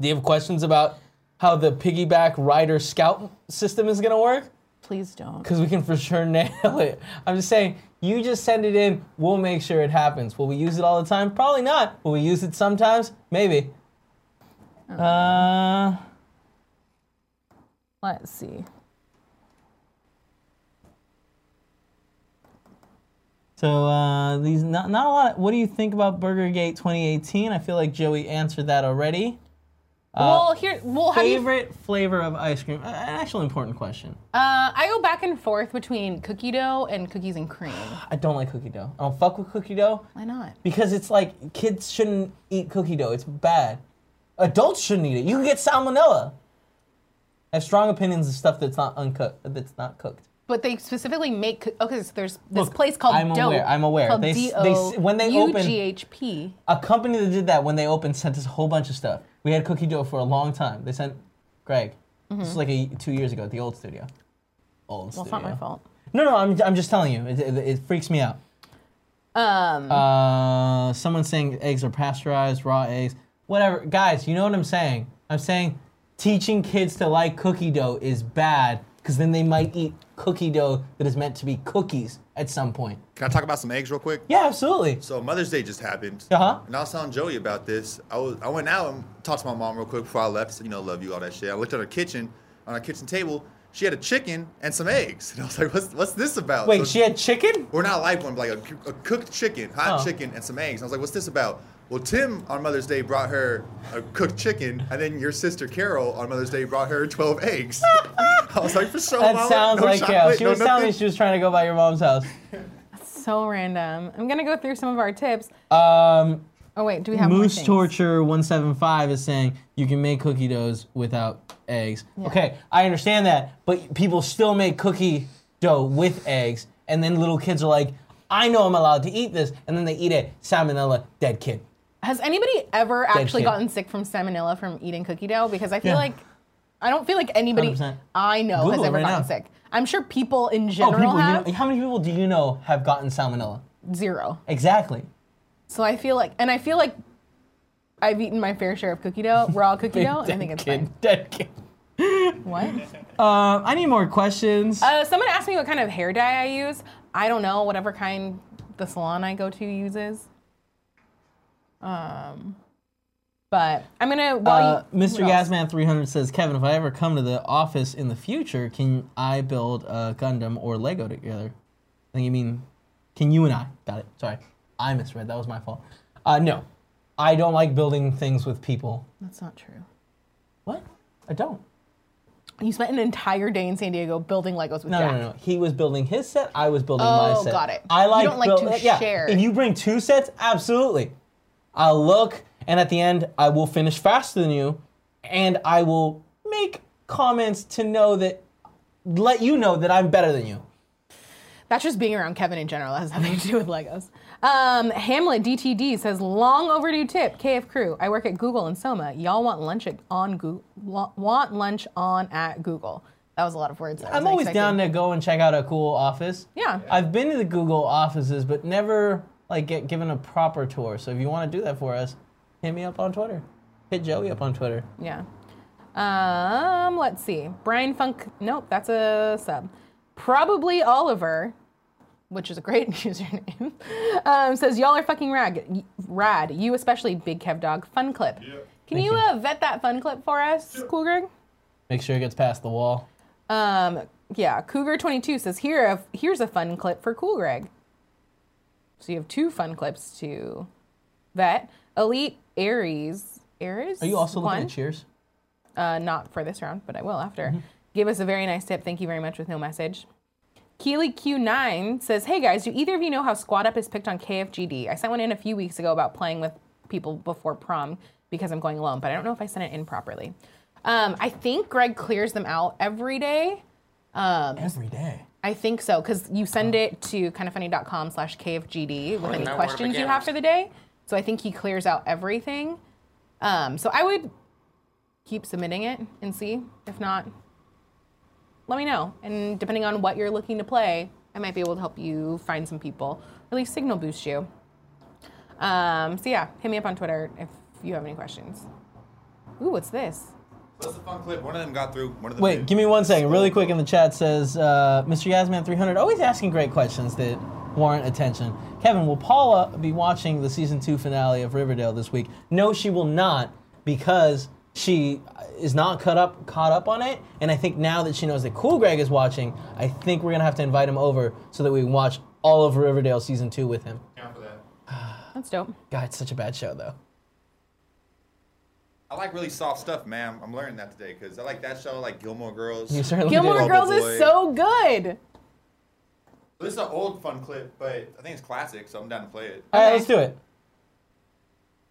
A: do you have questions about how the piggyback rider scout system is gonna work?
B: Please don't.
A: Because we can for sure nail it. I'm just saying, you just send it in. We'll make sure it happens. Will we use it all the time? Probably not. Will we use it sometimes? Maybe. Uh,
B: Let's see.
A: So uh, these not not a lot. Of, what do you think about BurgerGate 2018? I feel like Joey answered that already.
B: well, here, well, how do you?
A: Uh, Favorite flavor of ice cream? Uh, An actual important question.
B: Uh, I go back and forth between cookie dough and cookies and cream.
A: I don't like cookie dough. I don't fuck with cookie dough
B: Why not?
A: because it's like kids shouldn't eat cookie dough. It's bad. Adults shouldn't eat it. You can get salmonella. I have strong opinions of stuff that's not uncooked. That's not cooked.
B: But they specifically make coo- okay. so there's this
A: Look,
B: place called
A: I'm
B: Dope.
A: aware, I'm aware.
B: Called
A: They s- they s- when they open-
B: DOUGHP.
A: a company that did that when they opened sent us a whole bunch of stuff. We had cookie dough for a long time. They sent Greg. This was like a, two years ago at the old studio. Old
B: Mm-hmm. Well,
A: studio.
B: it's not my fault.
A: No, no, I'm, I'm just telling you. It, it, it freaks me out.
B: Um,
A: Uh, someone's saying eggs are pasteurized, raw eggs, whatever. Guys, you know what I'm saying? I'm saying teaching kids to like cookie dough is bad because then they might eat cookie dough that is meant to be cookies at some point.
F: Can I talk about some eggs real quick?
A: Yeah, absolutely.
F: So Mother's Day just happened.
A: Uh-huh.
F: And I was telling Joey about this. I was I went out and talked to my mom real quick before I left. said, You know, love you, all that shit. I looked at her kitchen on her kitchen table. She had a chicken and some eggs, and I was like, "What's what's this about?" So- Oh,
A: Wait, she had chicken?
F: We're not live one, but like a, a cooked chicken, hot
A: Oh.
F: chicken, and some eggs. And I was like, what's this about? Well, Tim on Mother's Day brought her a cooked chicken, and then your sister Carol on Mother's Day brought her 12 eggs. I was like, for sure.
A: That
F: Mama,
A: sounds
F: no
A: like chaos.
F: chocolate,
A: She
F: no
A: was telling me
F: nothing."
A: she was trying to go by your mom's house.
B: so random. I'm gonna go through some of our tips.
A: Um,
B: Oh wait, do we have more
A: Moose
B: things?
A: Torture 175 is saying you can make cookie doughs without eggs.
B: Yeah.
A: Okay, I understand that, but people still make cookie dough with eggs, and then little kids are like, I know I'm allowed to eat this, and then they eat it. Salmonella, dead kid.
B: Has anybody ever actually
A: kid.
B: gotten sick from salmonella from eating cookie dough? Because I feel
A: Yeah.
B: like I don't feel like anybody
A: 100%.
B: I know has
A: Google it
B: ever
A: right
B: gotten
A: now.
B: sick. I'm sure people in
A: Oh,
B: general
A: people, you
B: have
A: know, how many people do you know have gotten salmonella?
B: zero.
A: Exactly.
B: So I feel like, and I feel like I've eaten my fair share of cookie dough, raw cookie dough, and I think it's
A: kid,
B: fine.
A: dead kid.
B: What?
A: Um, I need more questions.
B: Uh, someone asked me what kind of hair dye I use. I don't know, whatever kind the salon I go to uses. Um, but I'm gonna while
A: Uh,
B: you,
A: Mr.
B: what else?
A: Gasman 300 says, Kevin, if I ever come to the office in the future, can I build a Gundam or Lego together? I think you mean, can you and I? Got it. Sorry. I misread. That was my fault. Uh, no. I don't like building things with people.
B: That's not true.
A: What? I don't.
B: You spent an entire day in San Diego building Legos with
A: No,
B: Jack.
A: no, no, no. He was building his set. I was building my
B: Oh,
A: set.
B: got it.
A: I
B: You
A: like
B: don't like
A: buil-
B: to
A: yeah.
B: share.
A: If you bring two sets, absolutely. I'll look, and at the end, I will finish faster than you, and I will make comments to know that, let you know that I'm better than you.
B: That's just being around Kevin in general. That has nothing to do with Legos. Um, Hamlet DTD says, long overdue tip, KF crew. I work at Google in Soma. Y'all want lunch at, on Google, want lunch on at Google. That was a lot of words. I
A: I'm
B: wasn't
A: always
B: expecting.
A: down to go and check out a cool office.
B: Yeah.
A: I've been to the Google offices, but never like get given a proper tour. So if you want to do that for us, hit me up on Twitter. Hit Joey up on Twitter.
B: Yeah. Um, let's see. Brian Funk. Nope, that's a sub. Probably Oliver, which is a great username, um, says y'all are fucking rad. y- Rad. You especially, Big Kev Dog. Fun clip. Can
A: Thank
B: you,
A: you.
B: Uh, vet that fun clip for us, Cool Greg?
A: Make sure it gets past the wall.
B: Um, yeah. Cougar twenty two says here a, here's a fun clip for Cool Greg. So you have two fun clips to vet. Elite Aries. Aries.
A: Are you also looking
B: one?
A: at Cheers?
B: uh, not for this round, but I will after. Give us a very nice tip. Thank you very much with no message. Keely Q9 says, Hey guys, do either of you know how Squad Up is picked on KFGD? I sent one in a few weeks ago about playing with people before prom because I'm going alone, but I don't know if I sent it in properly. Um, I think Greg clears them out every day.
A: Every day.
B: I think so, because you send it to kindoffunny.com slash KFGD with any
G: now we're
B: questions you
G: beginners.
B: have for the day. So I think he clears out everything. Um, so I would keep submitting it and see. If not, let me know. And depending on what you're looking to play, I might be able to help you find some people, or at least signal boost you. Um, so yeah, hit me up on Twitter if you have any questions. Ooh, what's this?
F: That's a fun clip. One of them got through. One of them
A: Wait,
F: didn't.
A: give me one second. Really quick in the chat says uh, Mr. Yasman300 always asking great questions that warrant attention. Kevin, will Paula be watching the season two finale of Riverdale this week? No, she will not because she is not caught up caught up on it. And I think now that she knows that Cool Greg is watching, I think we're gonna have to invite him over so that we can watch all of Riverdale season two with him.
F: Down for that.
B: That's dope.
A: God, it's such a bad show though.
F: I like really soft stuff, man. I'm learning that today because I like that show, I like Gilmore Girls.
A: You certainly
B: Gilmore
A: do.
F: Bubble
B: Girls
F: oh Boy.
B: is so good.
F: This is an old fun clip, but I think it's classic, so I'm down to play it.
A: All right, let's do it.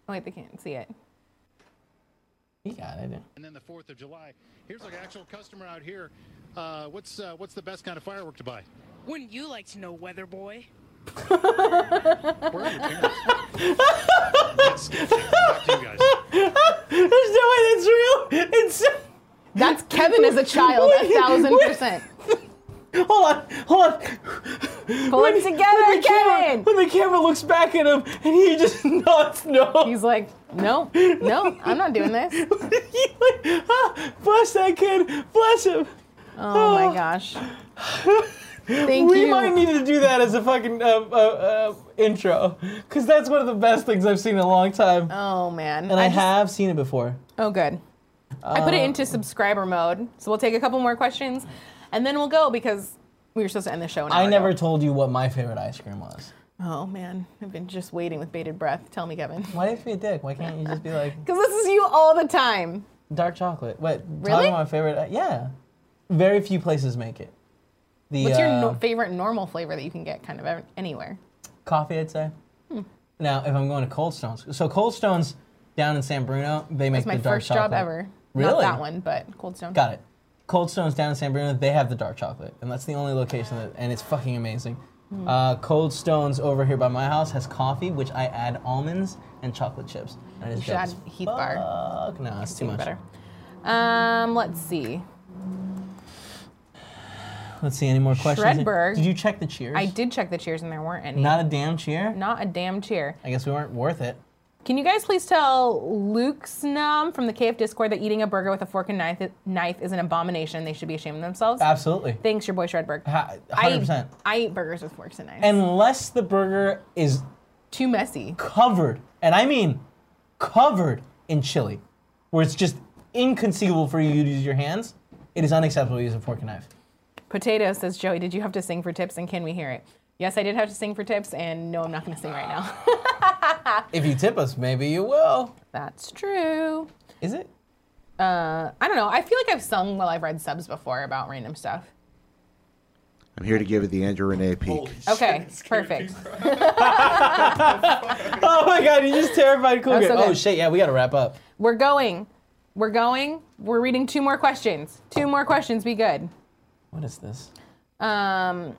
B: Oh, wait, they can't see it.
A: You got it.
J: and then the Fourth of July. Here's like an actual customer out here. Uh, what's uh, what's the best kind of firework to buy?
D: Wouldn't you like to know, weather boy?
J: Where are your parents? That's sketchy. Back to you guys.
A: There's no way that's real. It's
B: That's Kevin as a child, a thousand percent.
A: hold on, hold on.
B: Pull it together,
A: the camera,
B: Kevin.
A: when the camera looks back at him and he just nods no.
B: He's like, no, no, I'm not doing this.
A: He's like, ah, bless that kid, bless him. Ah.
B: Oh my gosh. Thank
A: we
B: you.
A: might need to do that as a fucking uh, uh, uh, intro, because that's one of the best things I've seen in a long time,
B: oh man.
A: and I,
B: just-
A: have Uh, seen it before.
B: Oh, good. I put it into subscriber mode, so we'll take a couple more questions, and then we'll go because we were supposed to end the show. An hour
A: I
B: ago.
A: never told you what my favorite ice cream was.
B: Oh man, I've been just waiting with bated breath. Tell me, Kevin.
A: Why do you have to be a dick? Why can't you just be like
B: Because this is you all the time.
A: dark chocolate? What?
B: Really?
A: Talking about my favorite? uh, Yeah, very few places make it. The,
B: What's your
A: uh,
B: no- favorite normal flavor that you can get kind of ev- anywhere?
A: coffee, I'd say.
B: Hmm.
A: Now, if I'm going to Cold Stones, so Cold Stones down in San Bruno, they make
B: It's my
A: the dark
B: first
A: chocolate.
B: job ever. Not
A: Really?
B: that one, but Cold Stone.
A: Got it. Cold Stones down in San Bruno, they have the dark chocolate, and that's the only location that, and it's fucking amazing.
B: Hmm.
A: Uh, Cold Stones over here by my house has coffee, which I add almonds and chocolate chips. And
B: You should add Heath Bar.
A: Fuck, no, it's too
B: Even
A: much.
B: better. Um, let's see.
A: Let's see any more questions.
B: Shredberg.
A: Did you check the cheers?
B: I did check the cheers and there weren't any.
A: Not a damn cheer.
B: Not a damn cheer.
A: I guess we weren't worth it.
B: Can you guys please tell Luke Snum from the KF Discord that eating a burger with a fork and knife, knife is an abomination? They should be ashamed of
A: Uh,
B: themselves.
A: Absolutely.
B: Thanks, your boy Shredberg.
A: Ha-
B: I,
A: 100%.
B: I eat burgers with forks and knives.
A: Unless the burger is
B: Too messy.
A: covered, and I mean covered in chili, where it's just inconceivable for you to use your hands, it is unacceptable to use a fork and knife.
B: Potato says, Joey, did you have to sing for tips and can we hear it? Yes, I did have to sing for tips, and no, I'm not going to sing right now.
A: If you tip us, maybe you will.
B: That's true.
A: Is it?
B: I don't know. I feel like I've sung while I've read subs before about random stuff.
E: I'm here to give it the Andrew Renee peek.
B: Okay, perfect.
A: Oh my god, you just terrified Cool
B: That's
A: Greg.
B: okay.
A: Oh shit, yeah, we gotta wrap up.
B: We're going. We're going. We're reading two more questions. Two more questions. Be good.
A: What is this?
B: Um,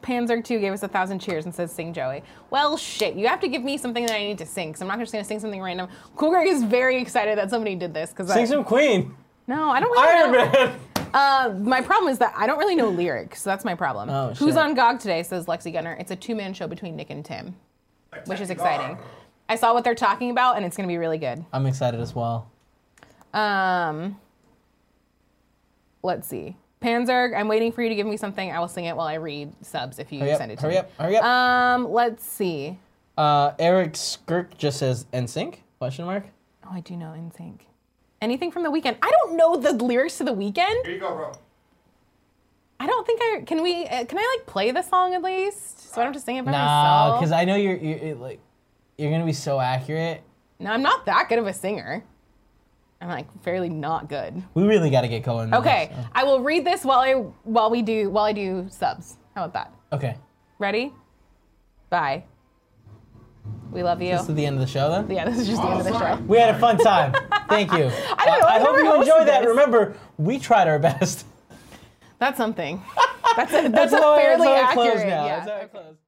B: Panzer 2 gave us a thousand cheers and says, Sing Joey. Well, shit, you have to give me something that I need to sing because I'm not just going to sing something random. Cool Greg is very excited that somebody did this because I.
A: Sing some Queen.
B: no, I don't really
A: Iron
B: know.
A: Man.
B: Uh, my problem is that I don't really know lyrics, so that's my problem.
A: Oh,
B: Who's
A: shit.
B: on GOG today, says Lexi Gunner. It's a two man show between Nick and Tim, which is exciting. I saw what they're talking about and it's going to be really good.
A: I'm excited as well.
B: Um, let's see. Panzerg, I'm waiting for you to give me something. I will sing it while I read subs if you
A: Hurry up,
B: send it to
A: hurry
B: me.
A: up, hurry up.
B: Um, let's see.
A: Uh, Eric Skirk just says NSYNC? Question mark.
B: Oh, I do know NSYNC. Anything from the weekend? I don't know the lyrics to the weekend.
F: Here you go, bro.
B: I don't think I can. We uh, can I like play the song at least, so I don't have to sing it by
A: Nah, because
B: myself.
A: I know you're, you're it, like, you're gonna be so accurate.
B: No, I'm not that good of a singer. I'm like fairly not good.
A: We really gotta get going. on
B: Okay,
A: this.
B: I will read this while I while we do while I do subs. How about that?
A: Okay.
B: Ready? Bye. We love you.
A: This is the end of the show then?
B: yeah, this is just the end of the show.
A: We had a fun time. Thank you.
B: I don't know.
A: I
B: I've
A: hope
B: never
A: you enjoyed
B: hosted
A: that.
B: this.
A: Remember, we tried our best.
B: That's something. That's a, that's a
A: how I-
B: fairly
A: how I
B: accurate.
A: close now.
B: Yeah.
A: That's how I close.